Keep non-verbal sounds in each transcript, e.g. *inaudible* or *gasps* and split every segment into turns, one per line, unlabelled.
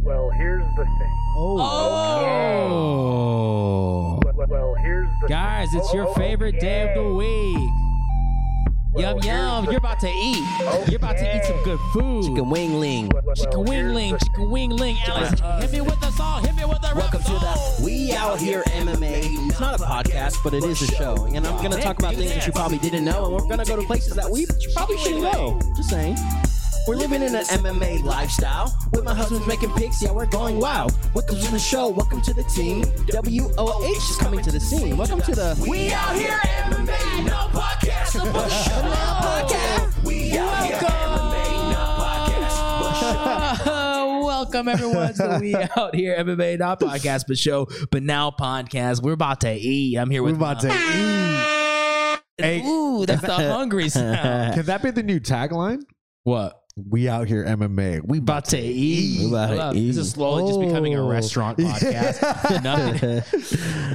Well, here's the thing.
Oh.
Well, well here's the Oh,
Guys, it's your favorite day of the week. Yum, yum. You're about to eat. You're about to eat some good food.
Chicken wingling.
Well, well,
Chicken
here's
wingling,
the-
chicken wingling. Alex, hit me with the song. Hit me with the
Welcome
rap
to
song.
the We Out Here MMA. It's not a podcast, but it is a show. And I'm going to talk about things that you probably didn't know. And we're going to go to places that we probably shouldn't go. Just saying. We're living in an MMA lifestyle. With my husband's making picks, yeah, we're going wild. Welcome to the show. Welcome to the team. WOH is coming to the scene. Welcome to the We Out Here MMA. No podcast. *laughs* No podcast. We Out Here MMA. No podcast.
Uh, *laughs* welcome everyone to the We Out Here MMA Not Podcast but Show, but now podcast. We're about to eat. I'm here
We're
with
about to eat.
my- Ooh, that's the hungry sound.
Can that be the new tagline?
what?
We out here MMA. We
About to eat.
We about to
Love- This is
eat.
slowly just becoming a
Oh.
restaurant
*laughs*
podcast. Nothing.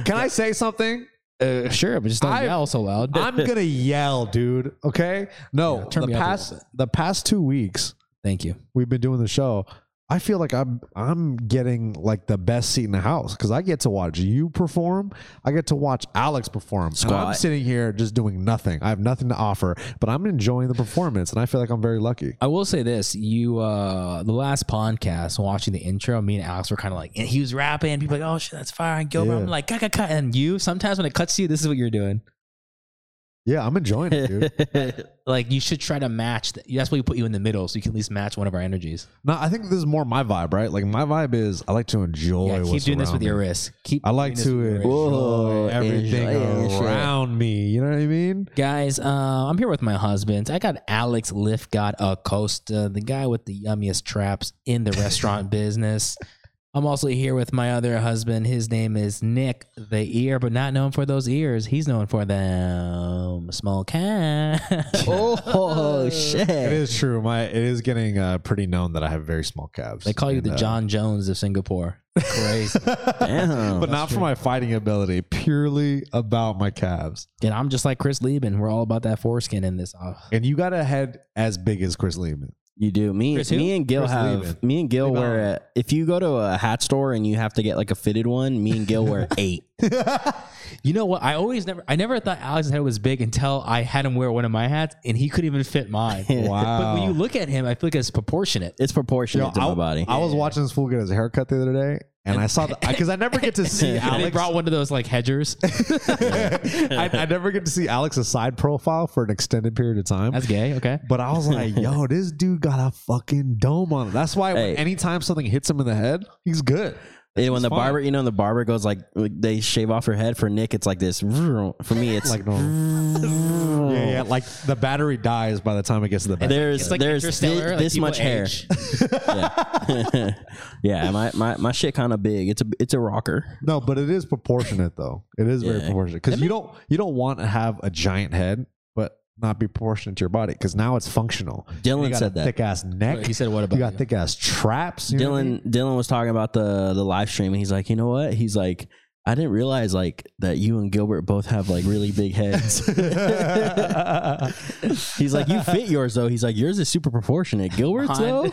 Can I say something?
Uh, sure, but just don't
I-
yell so loud. *laughs*
I'm *laughs* gonna yell, dude. Okay. No,
turn
the
me up a
past
little
the past two weeks
Thank you.
we've been doing the show. I feel like I'm I'm getting like the best seat in the house because I get to watch you perform. I get to watch Alex perform. And I'm
Squat.
sitting here just doing nothing. I have nothing to offer, but I'm enjoying the performance, and I feel like I'm very lucky.
I will say this: you, uh the last podcast, watching the intro, me and Alex were kind of like, and he was rapping. People were like, oh shit, that's fire and Gilbert.
Yeah.
I'm like, cut, cut, cut. And you, sometimes when it cuts to you, this is what you're doing.
Yeah, I'm enjoying it,
*laughs*
dude.
Like you should try to match. That. That's why we put you in the middle, so you can at least match one of our energies.
No, I think this is more my vibe, right? Like my vibe is I like to enjoy.
yeah, keep
what's
doing this with
around
your
me.
wrist. Keep.
I like
doing
to
this with your
enjoy
wrist.
Whoa,
everything
enjoy it.
around me. You know what I mean?
Guys, uh, I'm here with my husband. I got Alex Lifgod Acosta, the guy with the yummiest traps in the
*laughs*
restaurant business. I'm also here with my other husband. His name is Nick the Ear, but not known for those ears. He's known for them small
*laughs*
cat.
Oh
It
shit!
is true. My it is getting uh, pretty known that I have very small calves.
They call you
And,
the
uh,
John Jones of Singapore.
*laughs*
Crazy.
Damn.
but not for my fighting ability. Purely about my calves.
and I'm just like Chris Lieben. We're all about that foreskin in this. Uh,
And you got a head as big as Chris Lehman. *laughs*
You do. Me,
Chris who?
me and Gil
Chris
have.
Lehman.
Me and Gil
Big
wear. A, if you go to a hat store and you have to get like a fitted one, me and Gil
*laughs*
wear eight.
You know what? I always never, I never thought Alex's head was big until I had him wear one of my hats, and he couldn't even fit
*laughs*
mine.
Wow.
But when you look at him, I feel like it's proportionate.
It's proportionate to
Yo,
my body.
I was watching this fool get his haircut the other day, and I saw the because I never
*laughs*
get to see
And they
Alex.
brought one of those like hedgers.
I, I never get to see Alex's side profile for an extended period of time.
That's gay.
*laughs*
Okay.
But I was like, yo, this dude got a fucking dome on it. That's why
Hey.
anytime something hits him in the head, he's good.
And when
It's
the
fine.
barber, you know, the barber goes like, like, they shave off her head. For Nick, it's like this. *laughs* For me, it's
Like normal. yeah, yeah. Like the battery dies by the time it gets to the back.
*laughs* there's
It's like
there's thi-
Interstellar, like
this
people
much hair. *laughs*
age.
yeah, *laughs* yeah. My, my my shit kind of big. It's a it's a rocker.
No, but it is proportionate though. It is very
Yeah.
proportionate because you don't you don't want to have a giant head, but not be proportionate to your body because now it's functional. you
Dylan
got
said
a
that.
thick ass neck.
He said, "What about
you got
you?"
thick ass traps. you know what I mean?
Dylan Dylan was talking about the the live stream and he's like, you know what? He's like, I didn't realize like that you and Gilbert both have like really big
*laughs*
heads. *laughs* he's like, you fit yours though. He's like, yours is super proportionate. Gilbert's though.
Mine?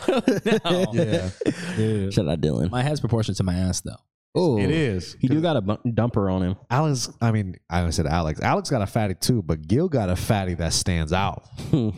*laughs*
*laughs* No.
Yeah, yeah.
Shut up, Dylan.
My head's proportionate to my ass, though.
oh,
it is.
He do got a bu- dumper on him.
Alex, I mean, I said Alex. Alex got a fatty too, but Gil got a fatty that stands out.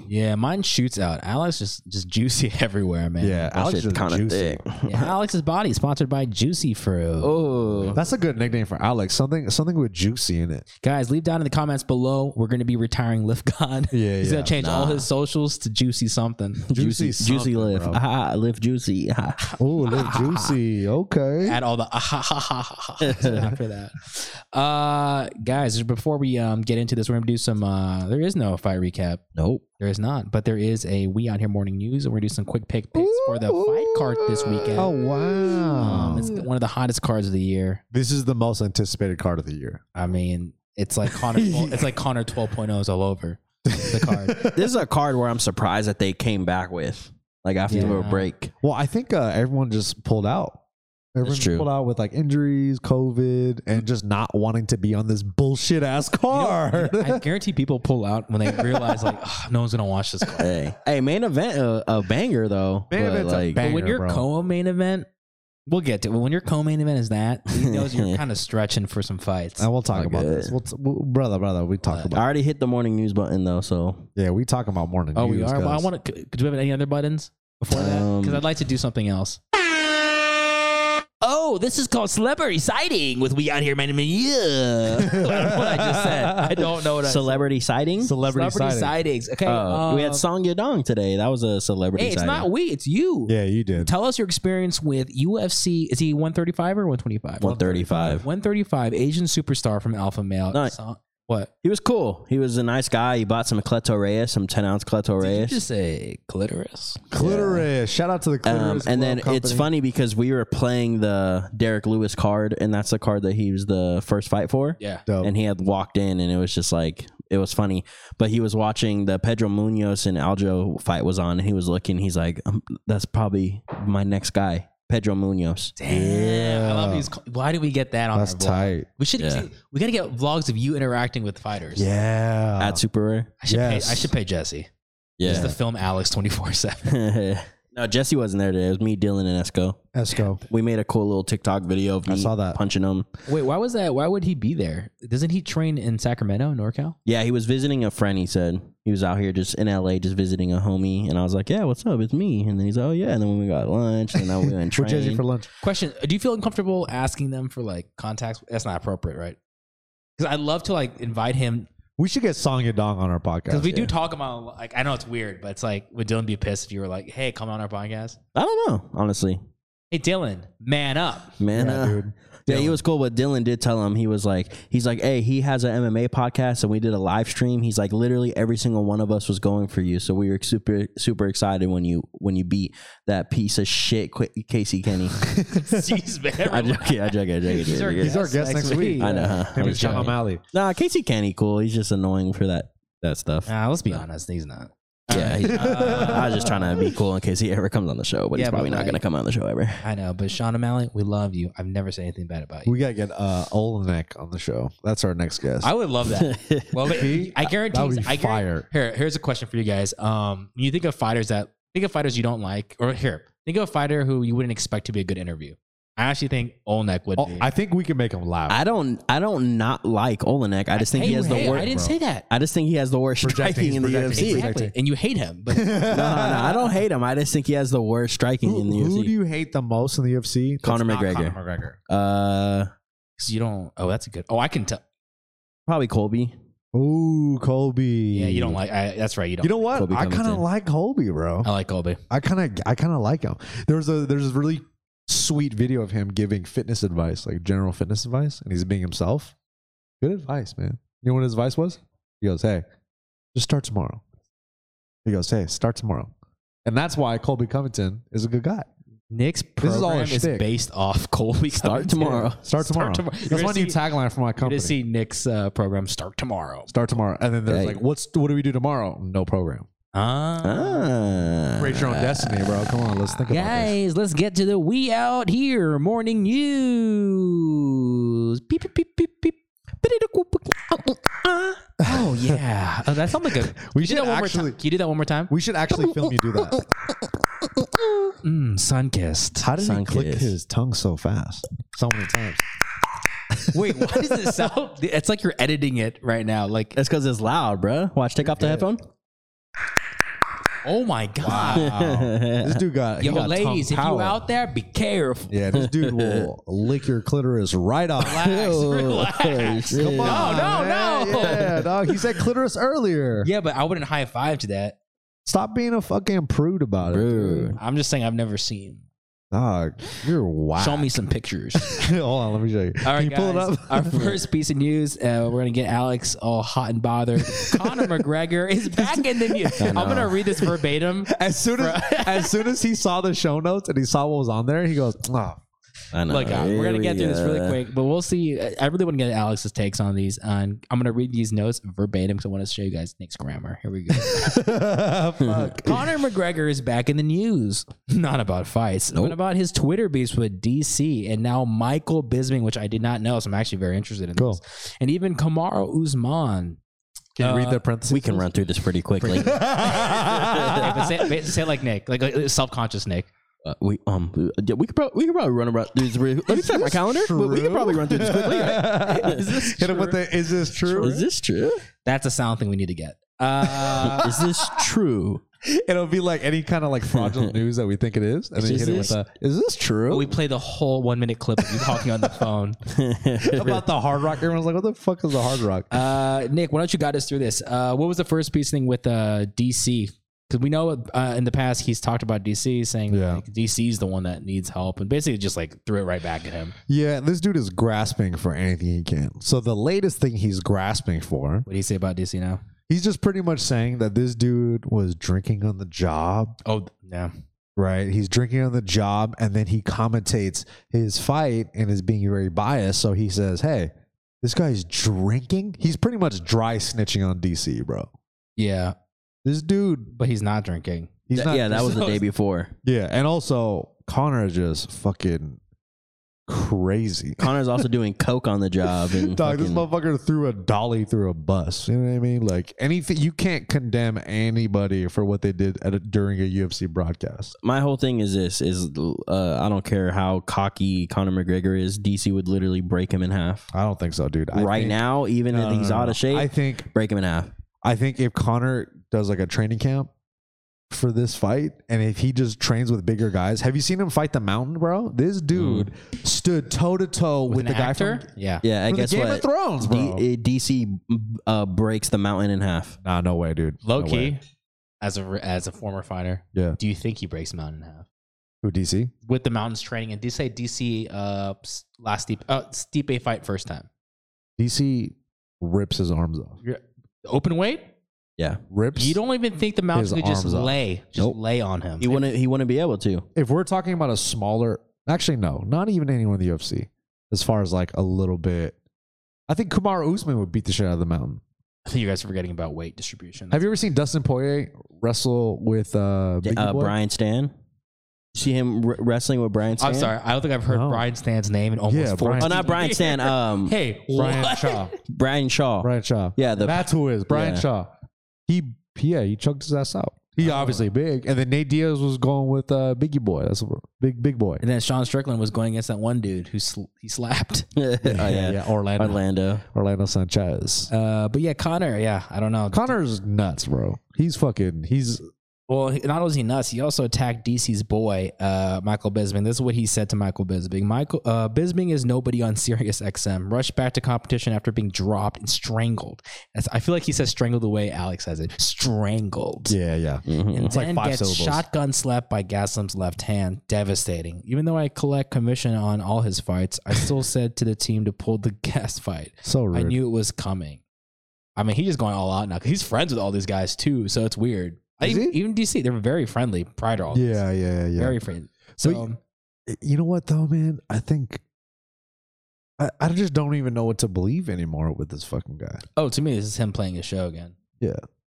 Yeah, mine shoots out. Alex just just juicy *laughs* everywhere, man.
Yeah,
That
Alex
shit's
is
kind
juicy.
of thick.
Yeah, Alex's body sponsored by Juicy Fruit.
Oh,
That's a good nickname for Alex. Something, something with juicy in it.
Guys, leave down in the comments below. We're going to be retiring Lift God.
Yeah,
*laughs* He's
yeah.
going to change all his socials to Juicy something.
Juicy,
juicy lift. Ah, lift juicy. Ah.
Oh,
*laughs*
little juicy. Okay.
add all the *laughs* ah, ha, ha, ha, ha, ha after that. Uh, guys, before we um, get into this, we're gonna do some. Uh, there is no fight recap.
Nope.
There is not, but there is a we out here morning news, and we're gonna do some quick pick picks for the fight card this weekend.
Oh wow!
Um, it's one of the hottest cards of the year.
this is the most anticipated card of the year.
I mean, it's like Connor. 12 it's like Connor 12.0 is all over the card.
This is a card where I'm surprised that they came back with like after
Yeah.
a break.
Well, I think uh, everyone just pulled out. Everyone just
true.
pulled out with like injuries, COVID, and just not wanting to be on this bullshit ass card.
I guarantee people pull out when they realize like "Ugh, no one's gonna watch this card.
Hey, hey, main event uh, a banger though.
Main
but,
event's a
like,
bang-
But when
Banger,
you're
bro.
co main event, We'll get to it. When your co-main event is that,
*laughs*
he knows you're kind of stretching for some fights.
*laughs* And we'll talk
All
about
good.
this. We'll t- we'll- brother, brother, we talk
I
about.
already hit the morning news button though, so
Yeah, we talk about morning.
Oh, we
news,
are. Well, I
guys.
want to. Could we have any other buttons before that? Because
Um,
I'd like to do something else. Oh, this is called celebrity sighting with we out here, man. Yeah, *laughs* what I just said. I don't know what I
celebrity sighting.
celebrity,
celebrity
sighting.
sightings. Okay,
Oh, we
um,
had Song Yadong today. That was a celebrity.
Hey, it's
sighting.
not we. It's you.
Yeah, you did.
Tell us your experience with UFC. Is he 135 or 125?
135.
135. Asian superstar from Alpha Male.
Nice.
So- what?
He was cool. He was a nice guy. He bought some Cleto Reyes, some 10 ounce Cleto
Did you
Reyes.
just say clitoris?
Clitoris. Shout out to the clitoris.
Um, and
Glove
then it's
Company.
funny because we were playing the Derek Lewis card, and that's the card that he was the first fight for.
Yeah.
Dope.
And he had walked in, and it was just like, it was funny. But he was watching the Pedro Munoz and Aljo fight was on, and he was looking. He's like, um, that's probably my next guy, Pedro Munoz.
Damn. I love
Yeah.
these. co- Why do we get that on
That's
our vlog?
tight.
We should.
Yeah.
We got to get vlogs of you interacting with fighters.
Yeah.
At Super Rare.
I should,
Yes.
pay, I should pay Jesse. Just to film Alex 24
*laughs*
7.
no, Jesse wasn't there today. It was me, Dylan, and Esco.
Esco.
*laughs* We made a cool little TikTok video of
I
me
saw that.
punching him.
Wait, why was that? Why would he be there? Doesn't he train in Sacramento, NorCal?
Yeah, he was visiting a friend. He said he was out here just in LA, just visiting a homie. And I was like, "Yeah, what's up? It's me." And then he's, "Oh yeah." And then when we got lunch, and then we
*laughs*
went and
What did you
trained.
for lunch?
Question: Do you feel uncomfortable asking them for like contacts? That's not appropriate, right? Because I'd love to like invite him
We should get Song Yadong on our
because
podcast.
we do talk about like I know it's weird, but it's like would Dylan be pissed if you were like, "Hey, come on our podcast"?
I don't know, honestly,
Hey, Dylan, man *laughs* up.
man.
yeah,
uh,
dude.
yeah, he
Dylan.
was cool. But Dylan did tell him he was like, he's like, "Hey, he has an MMA podcast, and we did a live stream. He's like, literally every single one of us was going for you, so we were super super excited when you when you beat that piece of shit, Qu- Casey
*laughs*
Kenny." *laughs*
Jeez, man.
I joke, yeah, I joke, I joke, I
He's our
joke.
guest.
He's our guest next week.
I know. huh?
Him
I'm
and Sean
joking.
O'Malley.
Nah, Casey Kenny, cool. He's just annoying for that that stuff.
Nah, let's be honest, he's not.
Yeah,
*laughs*
he's, I was just trying to be cool in case he ever comes on the show, but
Yeah,
he's
but
probably not
like-
going to come on the show ever.
I know, but Sean O'Malley, we love you. I've never said anything bad about you.
We gotta get uh, Olenek on the show. That's our next guest.
I would love *laughs* that. Well, but
See?
I guarantee.
That would be
I guarantee-
fire.
Here, here's a question for you guys. Um, when you think of fighters that think of fighters you don't like, or here, think of a fighter who you wouldn't expect to be a good interview. I actually think Olnek would
Oh,
be.
I think we can make him laugh.
*laughs* I don't, I don't not like Olenek. I just think
Hey,
he has
hey,
the
I
worst.
didn't
bro.
say that.
I just think he has the worst
Projecting,
striking in the
projecting,
UFC.
projecting.
Exactly. And you hate him, but
no,
No, no, I don't hate him. I just think he has the worst striking in
Who,
the
who do
UFC.
you hate the most in the UFC? That's
Conor
not
McGregor.
McGregor.
uh,
'cause you don't. Oh, that's a good. Oh, I can tell.
probably Colby.
Ooh, Colby.
Yeah, you don't like. I, that's right. You don't.
You know what?
Colby
I kind of
Covington.
like Colby, bro.
I like Colby.
I kind of, I kind of like him. There's a, there's a really sweet video of him giving fitness advice, like general fitness advice, and he's being himself. Good advice, man. You know what his advice was? He goes, "Hey, just start tomorrow." He goes, "Hey, start tomorrow," and that's why Colby Covington is a good guy.
Nick's
This is all
program
a
is,
shtick.
based off Colby.
Start
Covington.
tomorrow.
*laughs* Start tomorrow.
tomorrow. You're
That's
gonna
my new
see-
tagline for my
You're
company.
gonna see Nick's uh, program start tomorrow.
start tomorrow, and then there's
Hey.
like, "What's what do we do tomorrow?" No program.
Ah.
Ah.
Create your own destiny, bro. Come on, let's think about this.
Guys, let's get to the we out here morning news. Beep, beep, beep, beep, beep. Oh yeah, oh, that sounds like a.
*laughs* We
Can you do
should
that one more
actually-
time? Can you do that one more time?
We should actually film you do that. *laughs*
Mm, sunkissed.
How did he
Sun
click
kiss.
his tongue so fast? So many times.
Wait, why does it sound? *laughs* It's like you're editing it right now. Like,
That's because it's loud, bro. Watch, take off the headphone.
oh my
*laughs*
god,
This dude got he
yo,
got
ladies, if
tongue
you
power.
out there, be careful.
Yeah, this dude will lick your clitoris right off.
Relax,
Ew.
relax.
Shit.
Come on,
No, no,
man.
no.
Yeah, dog. He said clitoris earlier.
Yeah, but I wouldn't high five to that.
Stop being a fucking prude about it.
Rude.
I'm just saying I've never seen.
Dog, you're wild.
Show me some pictures.
*laughs* Hold on, let me show you.
All right,
Can you
guys.
pull it up? *laughs*
Our first piece of news. Uh, we're gonna get Alex all hot and bothered.
*laughs*
Conor McGregor is back in the news. I'm gonna read this verbatim.
As soon as as soon as he saw the show notes and he saw what was on there, he goes, oh,
*laughs*
*laughs*
I know.
Look, uh, we're
Here
gonna
we
get through this really
go.
quick, but we'll see. I I really want to get Alex's takes on these, and I'm gonna read these notes verbatim because I want to show you guys Nick's grammar. Here we
*laughs*
go.
fuck.
Conor McGregor is back in the news. *laughs* Not about fights, but about his Twitter beefs with DC and now Michael Bisping, which I did not know, so I'm actually very interested in
Cool.
this. And even Kamaru Usman.
Can you
Uh,
read the parentheses?
We
*laughs*
can run through this pretty quickly.
Okay, but say, say it like Nick, like, like self conscious Nick.
Uh, we um yeah, we could probably we could probably run around. through this real- Let me check my calendar. We, we could probably run through this quickly. right? Is this
Hit him with
true?
the is this true?
Is this true?
That's a sound thing we need to get. Uh,
Is this *laughs* true?
It'll be like any kind of like
*laughs*
fraudulent news that we think it is, and then you
Is
hit it with
this-
a is this true?
we play the whole one minute clip of you talking on the phone.
About the hard rock, everyone's like, "What the fuck is the hard rock?"
*laughs* Uh, Nick, why don't you guide us through this? Uh, what was the first piece thing with uh, DC? Because we know uh, in the past he's talked about DC, saying
Yeah.
like, DC is the one that needs help, and basically just like threw it right back at him.
Yeah, this dude is grasping for anything he can. So the latest thing he's grasping for,
What do you say about DC now?
he's just pretty much saying that this dude was drinking on the job,
Oh, yeah.
right? He's drinking on the job, and then he commentates his fight and is being very biased. So he says, "Hey, this guy's drinking." He's pretty much dry snitching on DC, bro.
Yeah,
This dude,
but he's not drinking.
he's not. *laughs*
yeah, that was the day before.
Yeah, and also Connor is just fucking crazy.
Connor's also doing coke on the
*laughs*
job and
Dog, this
fucking-
motherfucker threw a dolly through a bus. You know what I mean? Like anything, you can't condemn anybody for what they did at a, during a UFC broadcast.
my whole thing is this is uh, I don't care how cocky Conor McGregor is, DC would literally break him in half.
I don't think so, dude. I
right
think-
now, even
No,
if
no,
he's
no,
out
no.
of shape,
I think
break him in half.
I think if Connor does like a training camp for this fight, and if he just trains with bigger guys, have you seen him fight the mountain, bro? This dude stood toe to toe with,
an
the guy
actor?
from
yeah.
Yeah, I
from the
guess
Game
what
of Thrones,
D-
bro.
uh, DC uh, breaks the mountain in half.
nah, no way, dude.
Low
No
key,
way.
as a as a former fighter,
Yeah.
do you think he breaks Mountain in half
Who DC?
with the Mountain's training? And do you say DC uh s- last steep uh, Stipe fight first time?
DC rips his arms off.
Open weight?
Yeah,
Rips.
You don't even think the
His
Mountain could just
arms up.
lay, just
Nope.
lay on him.
he wouldn't he wouldn't be able to.
if we're talking about a smaller, actually, no, not even anyone in the UFC. As far as like a little bit, I think Kumar Usman would beat the shit out of the mountain.
I think you guys are forgetting about weight distribution.
Have you ever seen Dustin Poirier wrestle with uh, Biggie
Uh,
Boy?
Brian Stan, see him r- wrestling with Brian. Stan?
I'm sorry. I don't think I've heard
No.
Brian Stan's name in almost
Yeah,
four.
Brian
Oh, not Brian
*laughs*
Stan. Um,
*laughs* Hey,
Brian
what?
Shaw?
Brian Shaw.
Brian Shaw.
Yeah, the
that's who it is Brian
yeah. Oh.
Shaw. He yeah, he chugged his ass out. He obviously big, and then Nate Diaz was going with uh, Biggie Boy. That's a big big boy.
And then Sean Strickland was going against that one dude who sl- he slapped.
*laughs* oh,
*laughs*
yeah.
Orlando
Orlando.
Orlando Sanchez.
Uh, but yeah, Connor. Yeah, I don't know.
Connor's nuts, bro. He's fucking. He's
Well, he- not only is he nuts, he also attacked DC's boy, uh, Michael Bisping. This is what he said to Michael Bisping. Michael uh, Bisping is nobody on *laughs* Sirius XM. Rushed back to competition after being dropped and strangled. That's- I feel like he says strangled the way Alex says it. Strangled.
yeah yeah.
Mhm.
And
It's like
then
five
gets
syllables.
shotgun slapped by Gaslam's left hand. Devastating. Even though I collect commission on all his fights, I still *laughs* said to the team to pull the gas fight.
So rude.
I knew it was coming. I mean, he's just going all out now. 'cause He's friends with all these guys too, so it's weird. I
Is
even,
he?
even DC, they were very friendly prior to all this.
Yeah, yeah, yeah.
Very friendly. So, um,
you know what though, man? I think I, I just don't even know what to believe anymore with this fucking guy.
oh, to me, this is him playing his show again.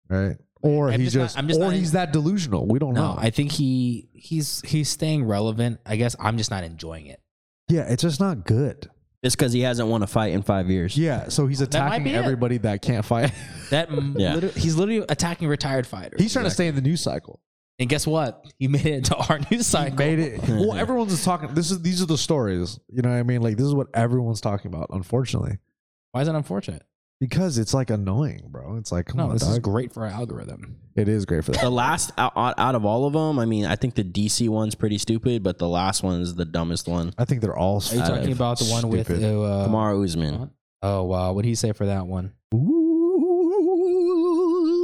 Right. Or
I'm
he's
just not-
just,
I'm just
or
not-
he's that delusional. We don't
No,
know.
I think he he's he's staying relevant. I guess I'm just not enjoying it.
yeah, it's just not good.
It's because he hasn't won a fight in five years.
Yeah, so he's
might
attacking
be it.
everybody that can't fight. *laughs*
That m-
Yeah.
liter- he's literally attacking retired fighters.
he's trying to stay in the news cycle.
And guess what? He made it into *laughs* our news cycle.
Made it.
*laughs*
Well, everyone's just talking. This is these are the stories. You know what I mean? Like this is what everyone's talking about. Unfortunately,
Why is that unfortunate? because
because it's like annoying, bro. It's like come
no,
on,
this is
dog.
great for our algorithm.
it is great for that.
The last out, out out of all of them, I mean, I think the DC one's pretty stupid, but the last one is the dumbest one.
I think they're all.
Are you
Out
talking
of
about the one with
stupid.
uh,
Kamara Usman.
Oh wow, what did he say for that one?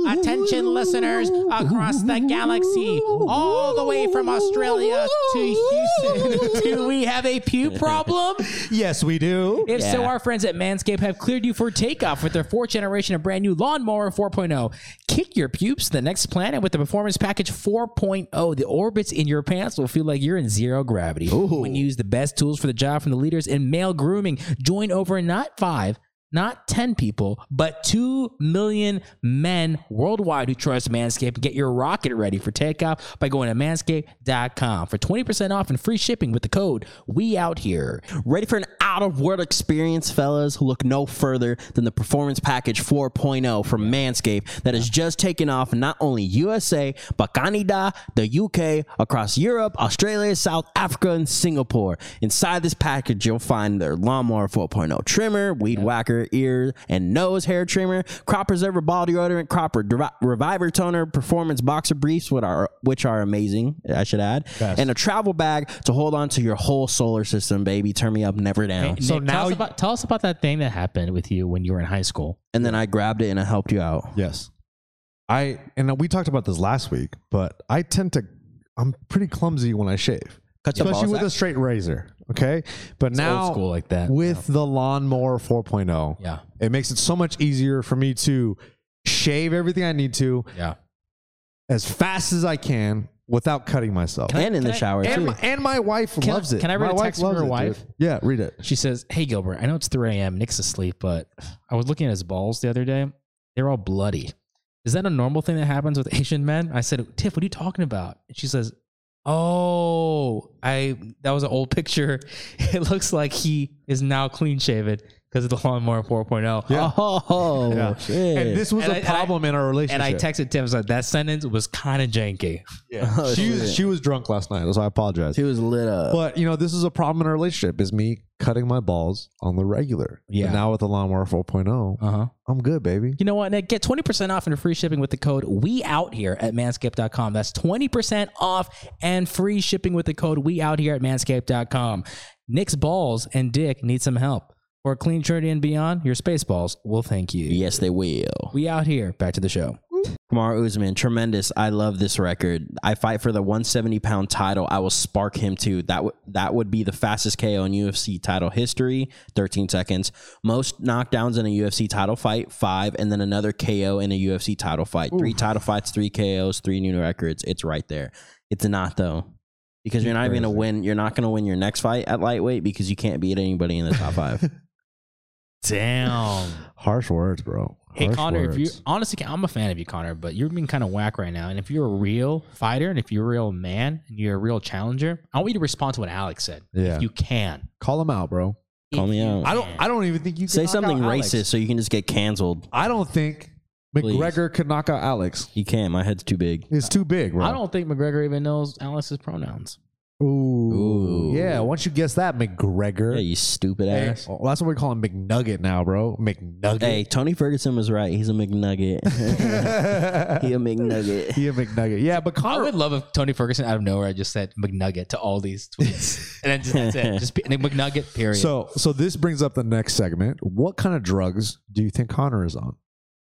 Attention,
listeners across the galaxy, all the way from Australia to Houston. *laughs* Do we have a pew problem?
*laughs* Yes, we do.
If so,
Yeah.
our friends at Manscaped have cleared you for takeoff with their fourth generation of brand new lawnmower 4.0. Kick your pubes to the next planet with the performance package 4.0. The orbits in your pants will feel like you're in zero gravity. When you use the best tools for the job from the leaders in male grooming, join over not five, not 10 people, but 2 million men worldwide who trust Manscaped. Get your rocket ready for takeoff by going to manscaped.com for 20% off and free shipping with the code We Out Here.
Ready for an out of world experience, fellas? Look no further than the Performance Package 4.0 from Manscaped that has just taken off in not only USA, but Canada, the UK, across Europe, Australia, South Africa, and Singapore. Inside this package, you'll find their Lawnmower 4.0 trimmer, Weed Whacker, ear and nose hair trimmer, Crop Preserver ball deodorant, Crop Re- Reviver toner, Performance boxer briefs, which are, which are amazing, I should add, and a travel bag to hold on to your whole solar system, baby. Turn me up, never down.
so now tell us, about, tell us about that thing that happened with you when you were in high school.
and then I grabbed it and I helped you out.
Yes. I and we talked about this last week, but I tend to I'm pretty clumsy when I shave.
Cut your
especially
balls
with
out.
a straight razor. Okay. But now
old school like that.
with the lawnmower 4.0,
Yeah.
it makes it so much easier for me to shave everything I need to
Yeah.
as fast as I can without cutting myself.
and in the
I-
shower
and,
too.
my, and my wife
Can I-
loves it.
can I read
my
a text from
loves
your
it,
wife?
dude. Yeah, read it.
She says, Hey, Gilbert, I know it's 3 a.m. Nick's asleep, but I was looking at his balls the other day. They're all bloody. Is that a normal thing that happens with Asian men? I said, Tiff, what are you talking about? And she says, Oh, I that was an old *laughs* picture. It looks like he is now clean shaven because of the lawnmower oh." 4.0.
Yeah.
*laughs* Oh
Yeah.
shit!
And this was
And
a
I- and I-
problem in our relationship.
And I texted Tiff, I was like, That sentence was kind of janky.
*laughs* Oh,
she,
shit.
was, she was drunk last night, so I apologize.
He was lit up.
But you know, this is a problem in our relationship is me cutting my balls on the regular.
Yeah.
But now with the lawnmower 4.0,
Uh huh.
I'm good, baby.
You know what, Nick? Get 20% off and free shipping with the code We Out Here at manscaped.com. That's 20% off and free shipping with the code We Out Here at manscaped.com. Nick's balls and dick need some help. For a clean journey and beyond, your space balls will thank you.
yes, they will.
We out here. Back to the show.
Kamar Usman, tremendous. I love this record. I fight for the 170 pound title. I will spark him too. That would that would be the fastest KO in UFC title history. 13 seconds. Most knockdowns in a UFC title fight, five, and then another KO in a UFC title fight. Three title fights, three KOs, three new records. It's right there. It's not though. Because you're not even gonna
Crazy.
win. You're not gonna win your next fight at lightweight because you can't beat anybody in the
*laughs*
top five.
Damn.
Harsh words, bro.
Hey
Harsh
Connor, if you
words.
honestly, I'm a fan of you, Connor, but you're being kind of whack right now. And if you're a real fighter, and if you're a real man, and you're a real challenger, I want you to respond to what Alex said.
Yeah.
If you can,
call him out, bro.
Call
If
me
you
out.
I don't I don't even think you can
Say
knock
something
out Alex.
racist so you can just get canceled.
I don't think
Please.
McGregor could knock out Alex.
You can't. My head's too big.
It's too big, bro.
I don't think McGregor even knows Alice's pronouns.
Ooh.
Ooh.
Yeah, once you guess that, McGregor.
Yeah, you stupid
Hey,
ass.
oh, that's what we call him McNugget now, bro. McNugget. *laughs*
Hey, *laughs* Tony Ferguson was right. He's a McNugget. *laughs* he a McNugget.
he a McNugget. Yeah, but
I
Connor
would love if Tony Ferguson out of nowhere just said McNugget to all these *laughs* tweets, and then just that's it, just pe- McNugget period.
So, so this brings up the next segment. What kind of drugs do you think Connor is on?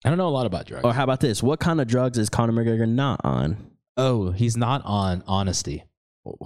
I don't know a lot about
*laughs*
drugs.
Or how about this? What kind of drugs is Conor McGregor not on?
oh, he's not on honesty.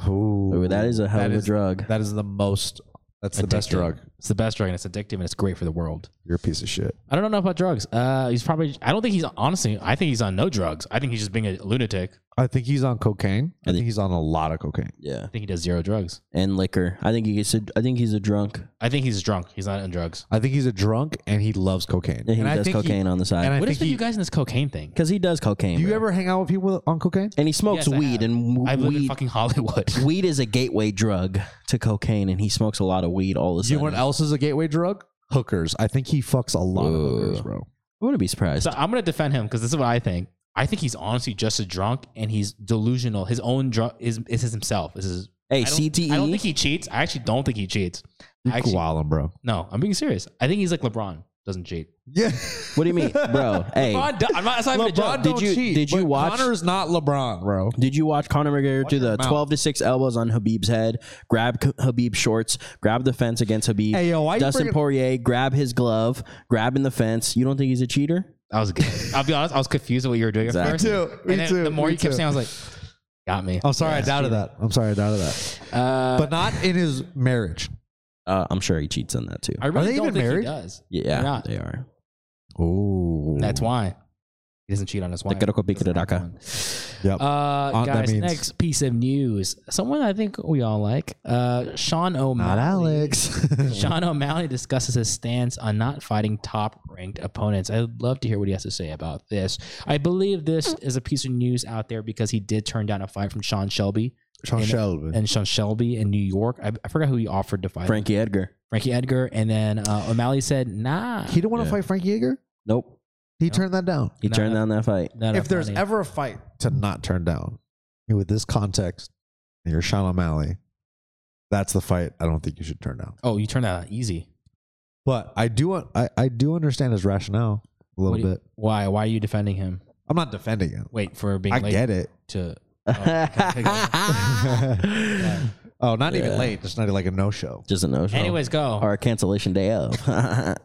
Ooh, that is a hell
That
of a
is-
drug.
That is the most. That's the best
Addictive.
drug.
It's the best drug, and it's addictive, and it's great for the world.
You're a piece of shit.
I don't know about drugs. Uh, he's probably. I don't think he's honestly. I think he's on no drugs. I think he's just being a lunatic.
I think he's on cocaine. I
I
think
think-
he's on a lot of cocaine.
yeah,
I think he does zero drugs.
and liquor. I think he gets. A, I think he's a drunk.
I think he's drunk. He's not on drugs.
I think he's a drunk and he loves cocaine.
And he
I
does
think
cocaine on the
and I
side
what is
think
with
he-
you guys in this cocaine thing?
because he does cocaine.
do you
bro.
ever hang out with people on cocaine?
And he smokes
Yes, I
weed,
have.
and
I live in
weed.
fucking *laughs* Hollywood.
Weed is a gateway drug to cocaine, and he smokes a lot of weed all the
You
time.
know what else is a gateway drug? Hookers. I think he fucks a lot of
Whoa.
hookers, bro.
I wouldn't be surprised.
So I'm gonna defend him because this is what I think. I think he's honestly just a drunk and he's delusional. His own drug is is his himself. Is his,
hey, E,
I don't-
CTE.
I don't think he cheats. I actually don't think he cheats.
You
Actually-
koala, bro.
No, I'm being serious. I think he's like LeBron. Doesn't cheat.
Yeah.
what do you mean, bro? Hey,
LeBron, do- I'm not, that's not even a joke.
LeBron
Did
don't
you-
cheat.
did you
but
watch-
Connor's not LeBron, bro.
Did you watch Conor McGregor
Watch
do
your
the
mouth.
12 to 6 elbows on Habib's head, grab K- Habib's shorts, grab the fence against Habib,
Hey, yo, why you
Dustin
bringing-
Poirier, grab his glove, grab in the fence? You don't think he's a cheater?
I was good. I'll be honest. I was confused at what you were doing
Exactly.
at *laughs* first.
too.
And then the more you kept saying, I was like, got me.
I'm Oh, sorry, I doubted that. I'm sorry, I doubted that.
Uh,
But not in his marriage.
Uh, I'm sure he cheats on that too.
I really
they
don't
even
think
married?
he does.
yeah,
They're not.
they are.
Oh,
That's why he doesn't cheat on his
Te
wife.
quiero con pique de
Doesn't have
raca.
one.
Yep.
Uh,
Uh, that
guys,
means-
next piece of news. Someone I think we all like. Uh, Sean O'Malley.
Not Alex. *laughs*
Sean O'Malley discusses his stance on not fighting top ranked opponents. I'd love to hear what he has to say about this. I believe this is a piece of news out there because he did turn down a fight from Sean Shelby
Sean
And-
Sheldon.
and Sean Shelby in New York. I, I forgot who he offered to fight.
Frankie Edgar.
Frankie Edgar. And then uh, O'Malley said, nah.
he didn't want to
Yeah.
fight Frank Yeager.
Nope.
He
No.
turned that down.
He
No,
turned
no.
down that fight.
Not
if there's
funny.
ever a fight to not turn down with this context, and you're Sean O'Malley, that's the fight I don't think you should turn down.
Oh, you turn that out easy.
But I do I, I do understand his rationale a little
What do you-
bit.
Why? Why are you defending him?
I'm not defending him.
Wait for being
I
late
get it. *laughs*
to. Oh,
*laughs*
*laughs*
oh, not even
Yeah.
late. Just not like a no show.
Just a no show.
Anyways, go.
Or a cancellation day of. *laughs*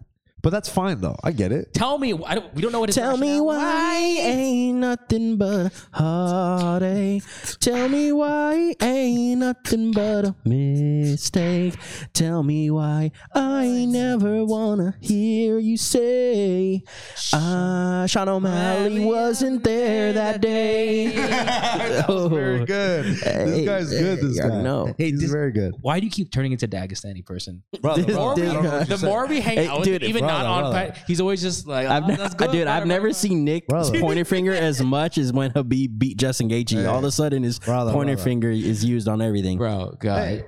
But that's fine though. I get it.
Tell me. I don't, we don't know what. His
Tell me
rationale-
why ain't nothing but heartache. Tell me why ain't nothing but a mistake. Tell me why I never wanna hear you say, Ah, Sean O'Malley wasn't there that day. *laughs* oh.
Very good. This
Hey,
guy's good. This
I
guy.
know.
He's
this-
very good.
Why do you keep turning into a Dagestani person?
Brother,
This-
brother,
this
I don't know
guy-
what you
The
said.
more we hang
Hey,
out,
dude,
with, even
brother,
not on,
brother.
pod- he's always just like,
I've
"Ah,
ne-
that's good,
dude,
brother,
I've never
brother."
seen Nick
Brother.
*laughs* pointer finger as much as when Habib beat Justin Gaethje.
Hey.
All of a sudden, his
Brother,
pointer
brother.
finger is used on everything. *laughs*
bro. God,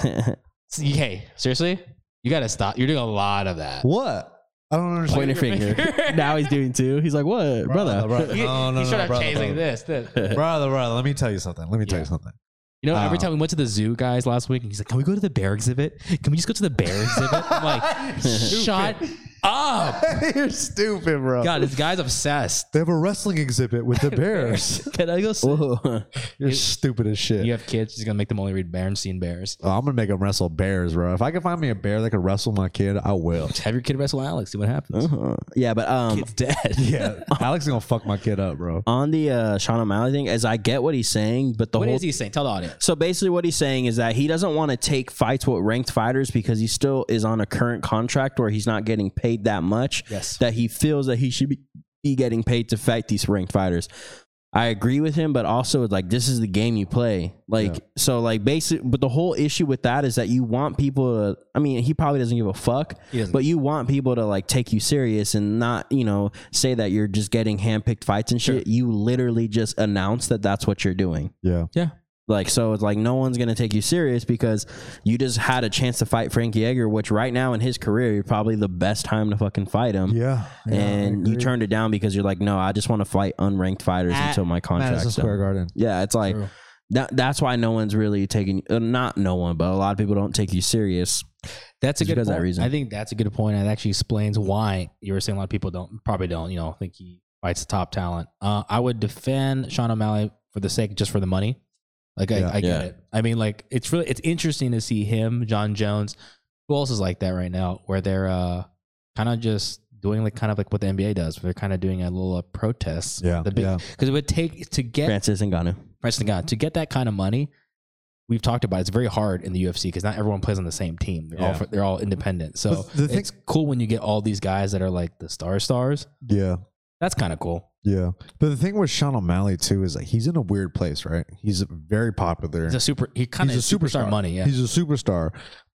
Hey.
See, hey, seriously, you gotta stop. You're doing a lot of that.
What? I don't understand.
pointer finger. *laughs* now he's doing two. He's like, what, brother?
*laughs*
brother.
He,
No, no,
he
no,
should have
brother,
changed like
brother.
this, this.
*laughs*
*laughs* brother, brother, let me tell you something. Let me tell you
Yeah.
something. *laughs*
You know, every
Uh,
time we went to the zoo, guys, last week, and he's like, "Can we go to the bear exhibit? Can we just go to the bear exhibit?" *laughs* I'm like, "Shut up!"
You're stupid, bro.
God, this guy's obsessed.
They have a wrestling exhibit
*laughs*
with the Bears.
Can I go?
Whoa.
You're stupid as shit.
You have kids, he's gonna make them only read Bernstein Bears.
Oh, I'm gonna make them wrestle bears, bro. If I can find me a bear that can wrestle my kid,
*laughs*
I will.
Have your kid wrestle Alex. See what happens.
Uh-huh. *laughs* Yeah, but um,
Kid's
*laughs*
dead.
Yeah, Alex is gonna fuck my kid up, bro.
on the uh, Sean O'Malley thing, as I get what he's saying, but the
What
whole
is he saying? Tell the audience.
So basically, what he's saying is that he doesn't want to take fights with ranked fighters because he still is on a current contract where he's not getting paid that much.
Yes.
That he feels that he should be, be getting paid to fight these ranked fighters. I agree with him, but also it's like this is the game you play. Like
Yeah.
so, like basic. But the whole issue with that is that you want people. To, I mean, he probably doesn't give a fuck.
He doesn't.
But you want people to like take you serious and not, you know, say that you're just getting handpicked fights and shit. You literally just announce that that's what you're doing.
Yeah,
Like so, it's like no one's gonna take you serious because you just had a chance to fight Frankie Edgar, which right now in his career, you're probably the best time to fucking fight him.
yeah.
Um, and you turned it down because you're like, no, I just want to fight unranked fighters
At
until my
Madison
contract's
Square
done.
Garden.
Yeah, it's like
True.
that. That's why no one's really taking uh, not no one, but a lot of people don't take you serious.
That's a
Just
good
because of that
point.
reason.
I think that's a good point. and It actually explains why you were saying a lot of people don't probably don't, you know, think he fights top talent. Uh, I would defend Sean O'Malley for the sake just for the money. Like
Yeah.
I, I get
Yeah.
it. I mean, like it's really it's interesting to see him, John Jones. Who else is like that right now? Where they're uh, kind of just doing like kind of like what the NBA does. Where they're kind of doing a little uh, protest.
Yeah,
the big
yeah.
because it would take to get
Francis Ngannou.
Preston God, to get that kind of money, we've talked about it, it's very hard in the UFC because not everyone plays on the same team. They're all
Yeah.
they're all independent. So
But the thing-
it's cool when you get all these guys that are like the star stars.
Yeah,
That's kind of cool.
yeah. But the thing with Sean O'Malley too is like he's in a weird place, right? He's very popular.
He's a super. He kind of
he's a superstar.
money. Yeah,
He's a superstar,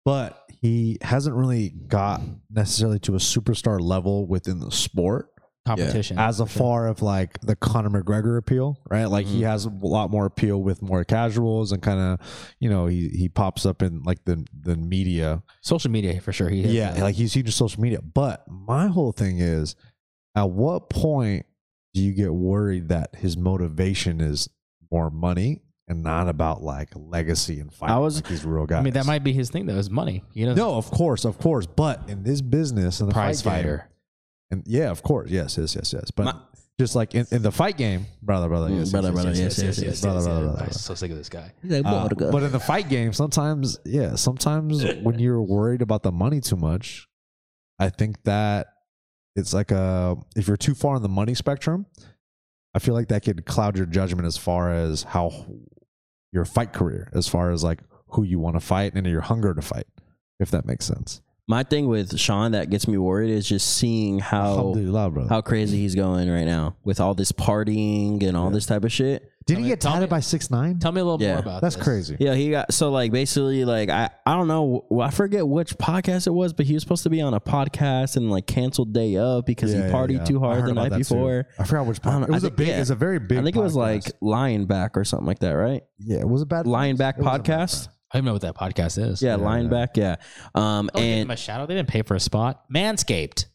but he hasn't really got necessarily to a superstar level within the sport.
competition
as a far of like the Conor McGregor appeal, right? Like
Mm-hmm.
he has a lot more appeal with more casuals and kind of, you know, he he pops up in like the the media.
social media for sure. He is,
Yeah,
uh,
like he's huge in social media. But my whole thing is, at what point do you get worried that his motivation is more money and not about like legacy and fighting?
I was-
like these real guys.
I mean that might be his thing though. Is money. You know,
no, of course, of course. But in this business and the
prize
fight game,
fighter.
and yeah, of course, yes, yes, yes, yes. But
My-
just like in, in the fight game, brother, brother,
Mm,
yes,
brother,
yes,
brother,
yes,
yes, yes, yes,
brother, brother, brother.
I'm so sick of this guy.
Uh, but in the fight game, sometimes, yeah,
*laughs*
sometimes when you're worried about the money too much, I think that it's like a if you're too far on the money spectrum, I feel like that could cloud your judgment as far as how your fight career, as far as like who you want to fight and your hunger to fight, if that makes sense.
My thing with Sean that gets me worried is just seeing how
Alhamdulillah, brother.
how crazy he's going right now with all this partying and all this type of shit.
Did
Tell
he
me-
get
tell
tatted
me-
by six nine?
Tell me a little
Yeah.
more about
That's
this.
crazy.
Yeah, he got so like basically like I I don't know wh- I forget which podcast it was, but he was supposed to be on a podcast and like canceled day of because
Yeah,
he
yeah,
partied
yeah.
too
I
hard
heard
the
about
night
that too.
before.
I forgot which
I don't
podcast. It
know.
was
I
a
think-
big.
yeah.
It's a very big.
I think it was
podcast.
like Lionback or something like that, right?
yeah, it was a bad
Lionback
it was a bad
podcast.
I don't know what that podcast is.
Yeah,
Yeah,
Lionback. Yeah. Um,
Oh, give
and
them a shout out. They didn't pay for a spot. Manscaped.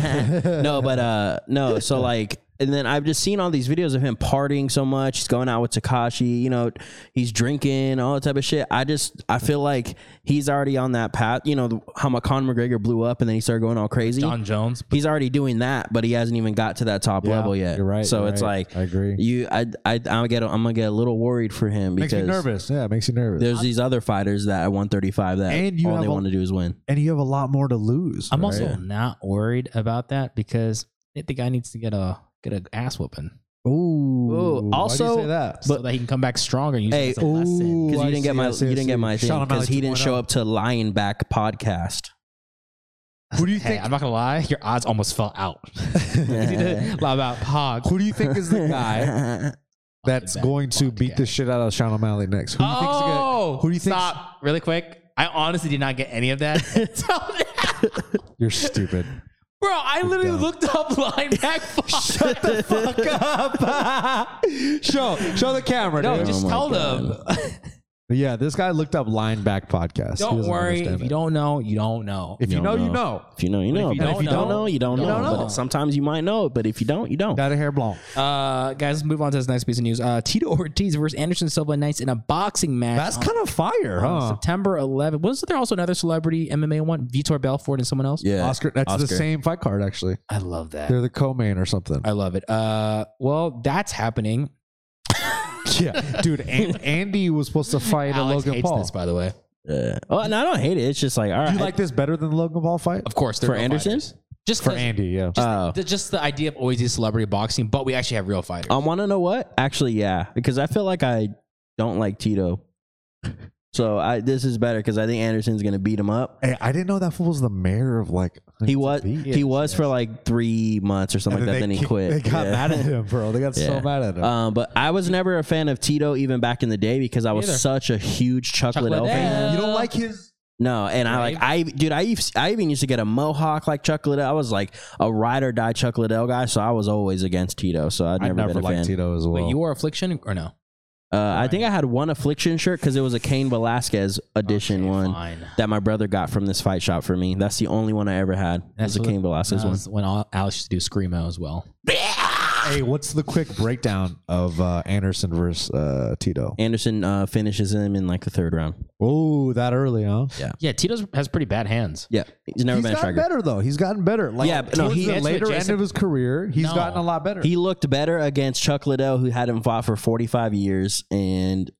no, but uh, no.
*laughs*
So like, and then I've just seen all these videos of him partying so much. He's going out with Takashi. You know, he's drinking all that type of shit. I just I feel like he's already on that path. You know the, how my Conor McGregor blew up and then he started going all crazy.
John Jones.
he's already doing that, but he hasn't even got to that top
Yeah,
level yet.
You're right.
So
you're
it's
right.
like
I agree.
you, I, I, I get, I'm gonna get a little worried for him
makes
because
me nervous. Yeah, it makes you nervous.
there's these other fighters that at 135 that
And you
all
have
they
a-
want to do is win.
and you have a lot more to lose.
I'm
right?
also not worried about that because I think the guy needs to get a get an ass whooping
Ooh.
Ooh,
why do you
also-
say that?
so that he can come back stronger and use
Hey,
it as a lesson.
ooh,
Because
I
you didn't
see,
get my
I see, I
you didn't
see.
get my
Shout
thing
him
because
out
he didn't show
2.0.
up to Lionback podcast.
Who do you
Hey,
think?
I'm not gonna lie, your odds almost fell out. *laughs* you need to lie about Pog.
who do
*laughs*
you think
*laughs*
is the guy that's
Fucking
going to
podcast.
beat the shit out of Sean O'Malley next? Who do you think's gonna-
Oh,
who do you think's-
Stop really quick. I honestly did not get any of
*laughs*
that. So-
You're stupid.
Bro, I literally
dumb.
looked up
*laughs*
lineback. *laughs* Shut the fuck
show show the camera.
No,
dude.
just
Oh my
tell
God.
them.
yeah, this guy looked up Lineback podcast. He
Don't
doesn't
worry.
understand
If you
it.
don't know, you don't know.
If you
You
know,
don't know.
you know.
If you know, you
But if
know.
you
But
don't
if you don't
know,
know, you don't
you don't
know.
know.
But sometimes you might know. But if you don't, you don't.
Not a hair blown.
Uh, guys, let's move on to this next piece of news. Uh, Tito Ortiz versus Anderson Silva Knights in a boxing match.
That's
on-
kind of fire,
on
huh?
September 11th. Wasn't there also another celebrity MMA one? Vitor Belfort and someone else?
Yeah.
Oscar, that's the
Oscar.
same fight card actually.
I love that.
They're the co-main or something.
I love it. Uh, well, that's happening.
*laughs* yeah, dude. An- Andy was supposed to fight a
Alex
Logan
hates
Paul.
this, by the way.
Yeah. Oh, and I don't hate it. It's just like all
Do
right.
you like this better than the Logan Paul fight?
Of course, they're
for
real
Anderson?
fighters. Just
For
'cause-
Andy, yeah.
Oh.
the- just the idea of always these celebrity boxing, but we actually have real fighters.
I want to know what. Actually, yeah, because I feel like I don't like Tito. *laughs* So I this is better because I think Anderson's gonna beat him up.
Hey, I didn't know that fool was the mayor of like.
He was
Huntington Beach.
he was for like three months or something
And
like that.
they
Then he
kicked-
quit.
They got
Yeah.
mad at
*laughs*
him, bro. They got so
Yeah.
mad at him.
Um, but I was never a fan of Tito even back in the day because I was
Neither.
such a huge chocolate elf
Chocoladelle.
fan.
you don't like his.
No, and I like I dude I ev- I even used to get a mohawk like chocolate. I was like a ride or die chocolate guy, so I was always against Tito. So I'd
I
never,
never,
been a
liked
fan.
Tito as
Wait,
well.
you wore affliction or no?
Uh, I think I had one affliction shirt because it was a Kane Velasquez edition
Okay,
one
Fine.
that my brother got from this fight shop for me. That's the only one I ever had. That's a
what-
Kane Velasquez
that
one.
was Uh, When all- Alex used to do screamo as well.
hey, what's the quick breakdown of uh, Anderson versus uh, Tito?
Anderson uh, finishes him in like the third round.
Oh, that early, huh?
Yeah, Tito's has pretty bad hands.
Yeah, he's never
He's
been a
gotten
striker.
better though. He's gotten better. Like,
Yeah, but no,
towards
he-
the
That's what
later end
Jason-
of his career, he's
No.
gotten a lot better.
He looked better against Chuck Liddell, who hadn't fought for 45 years and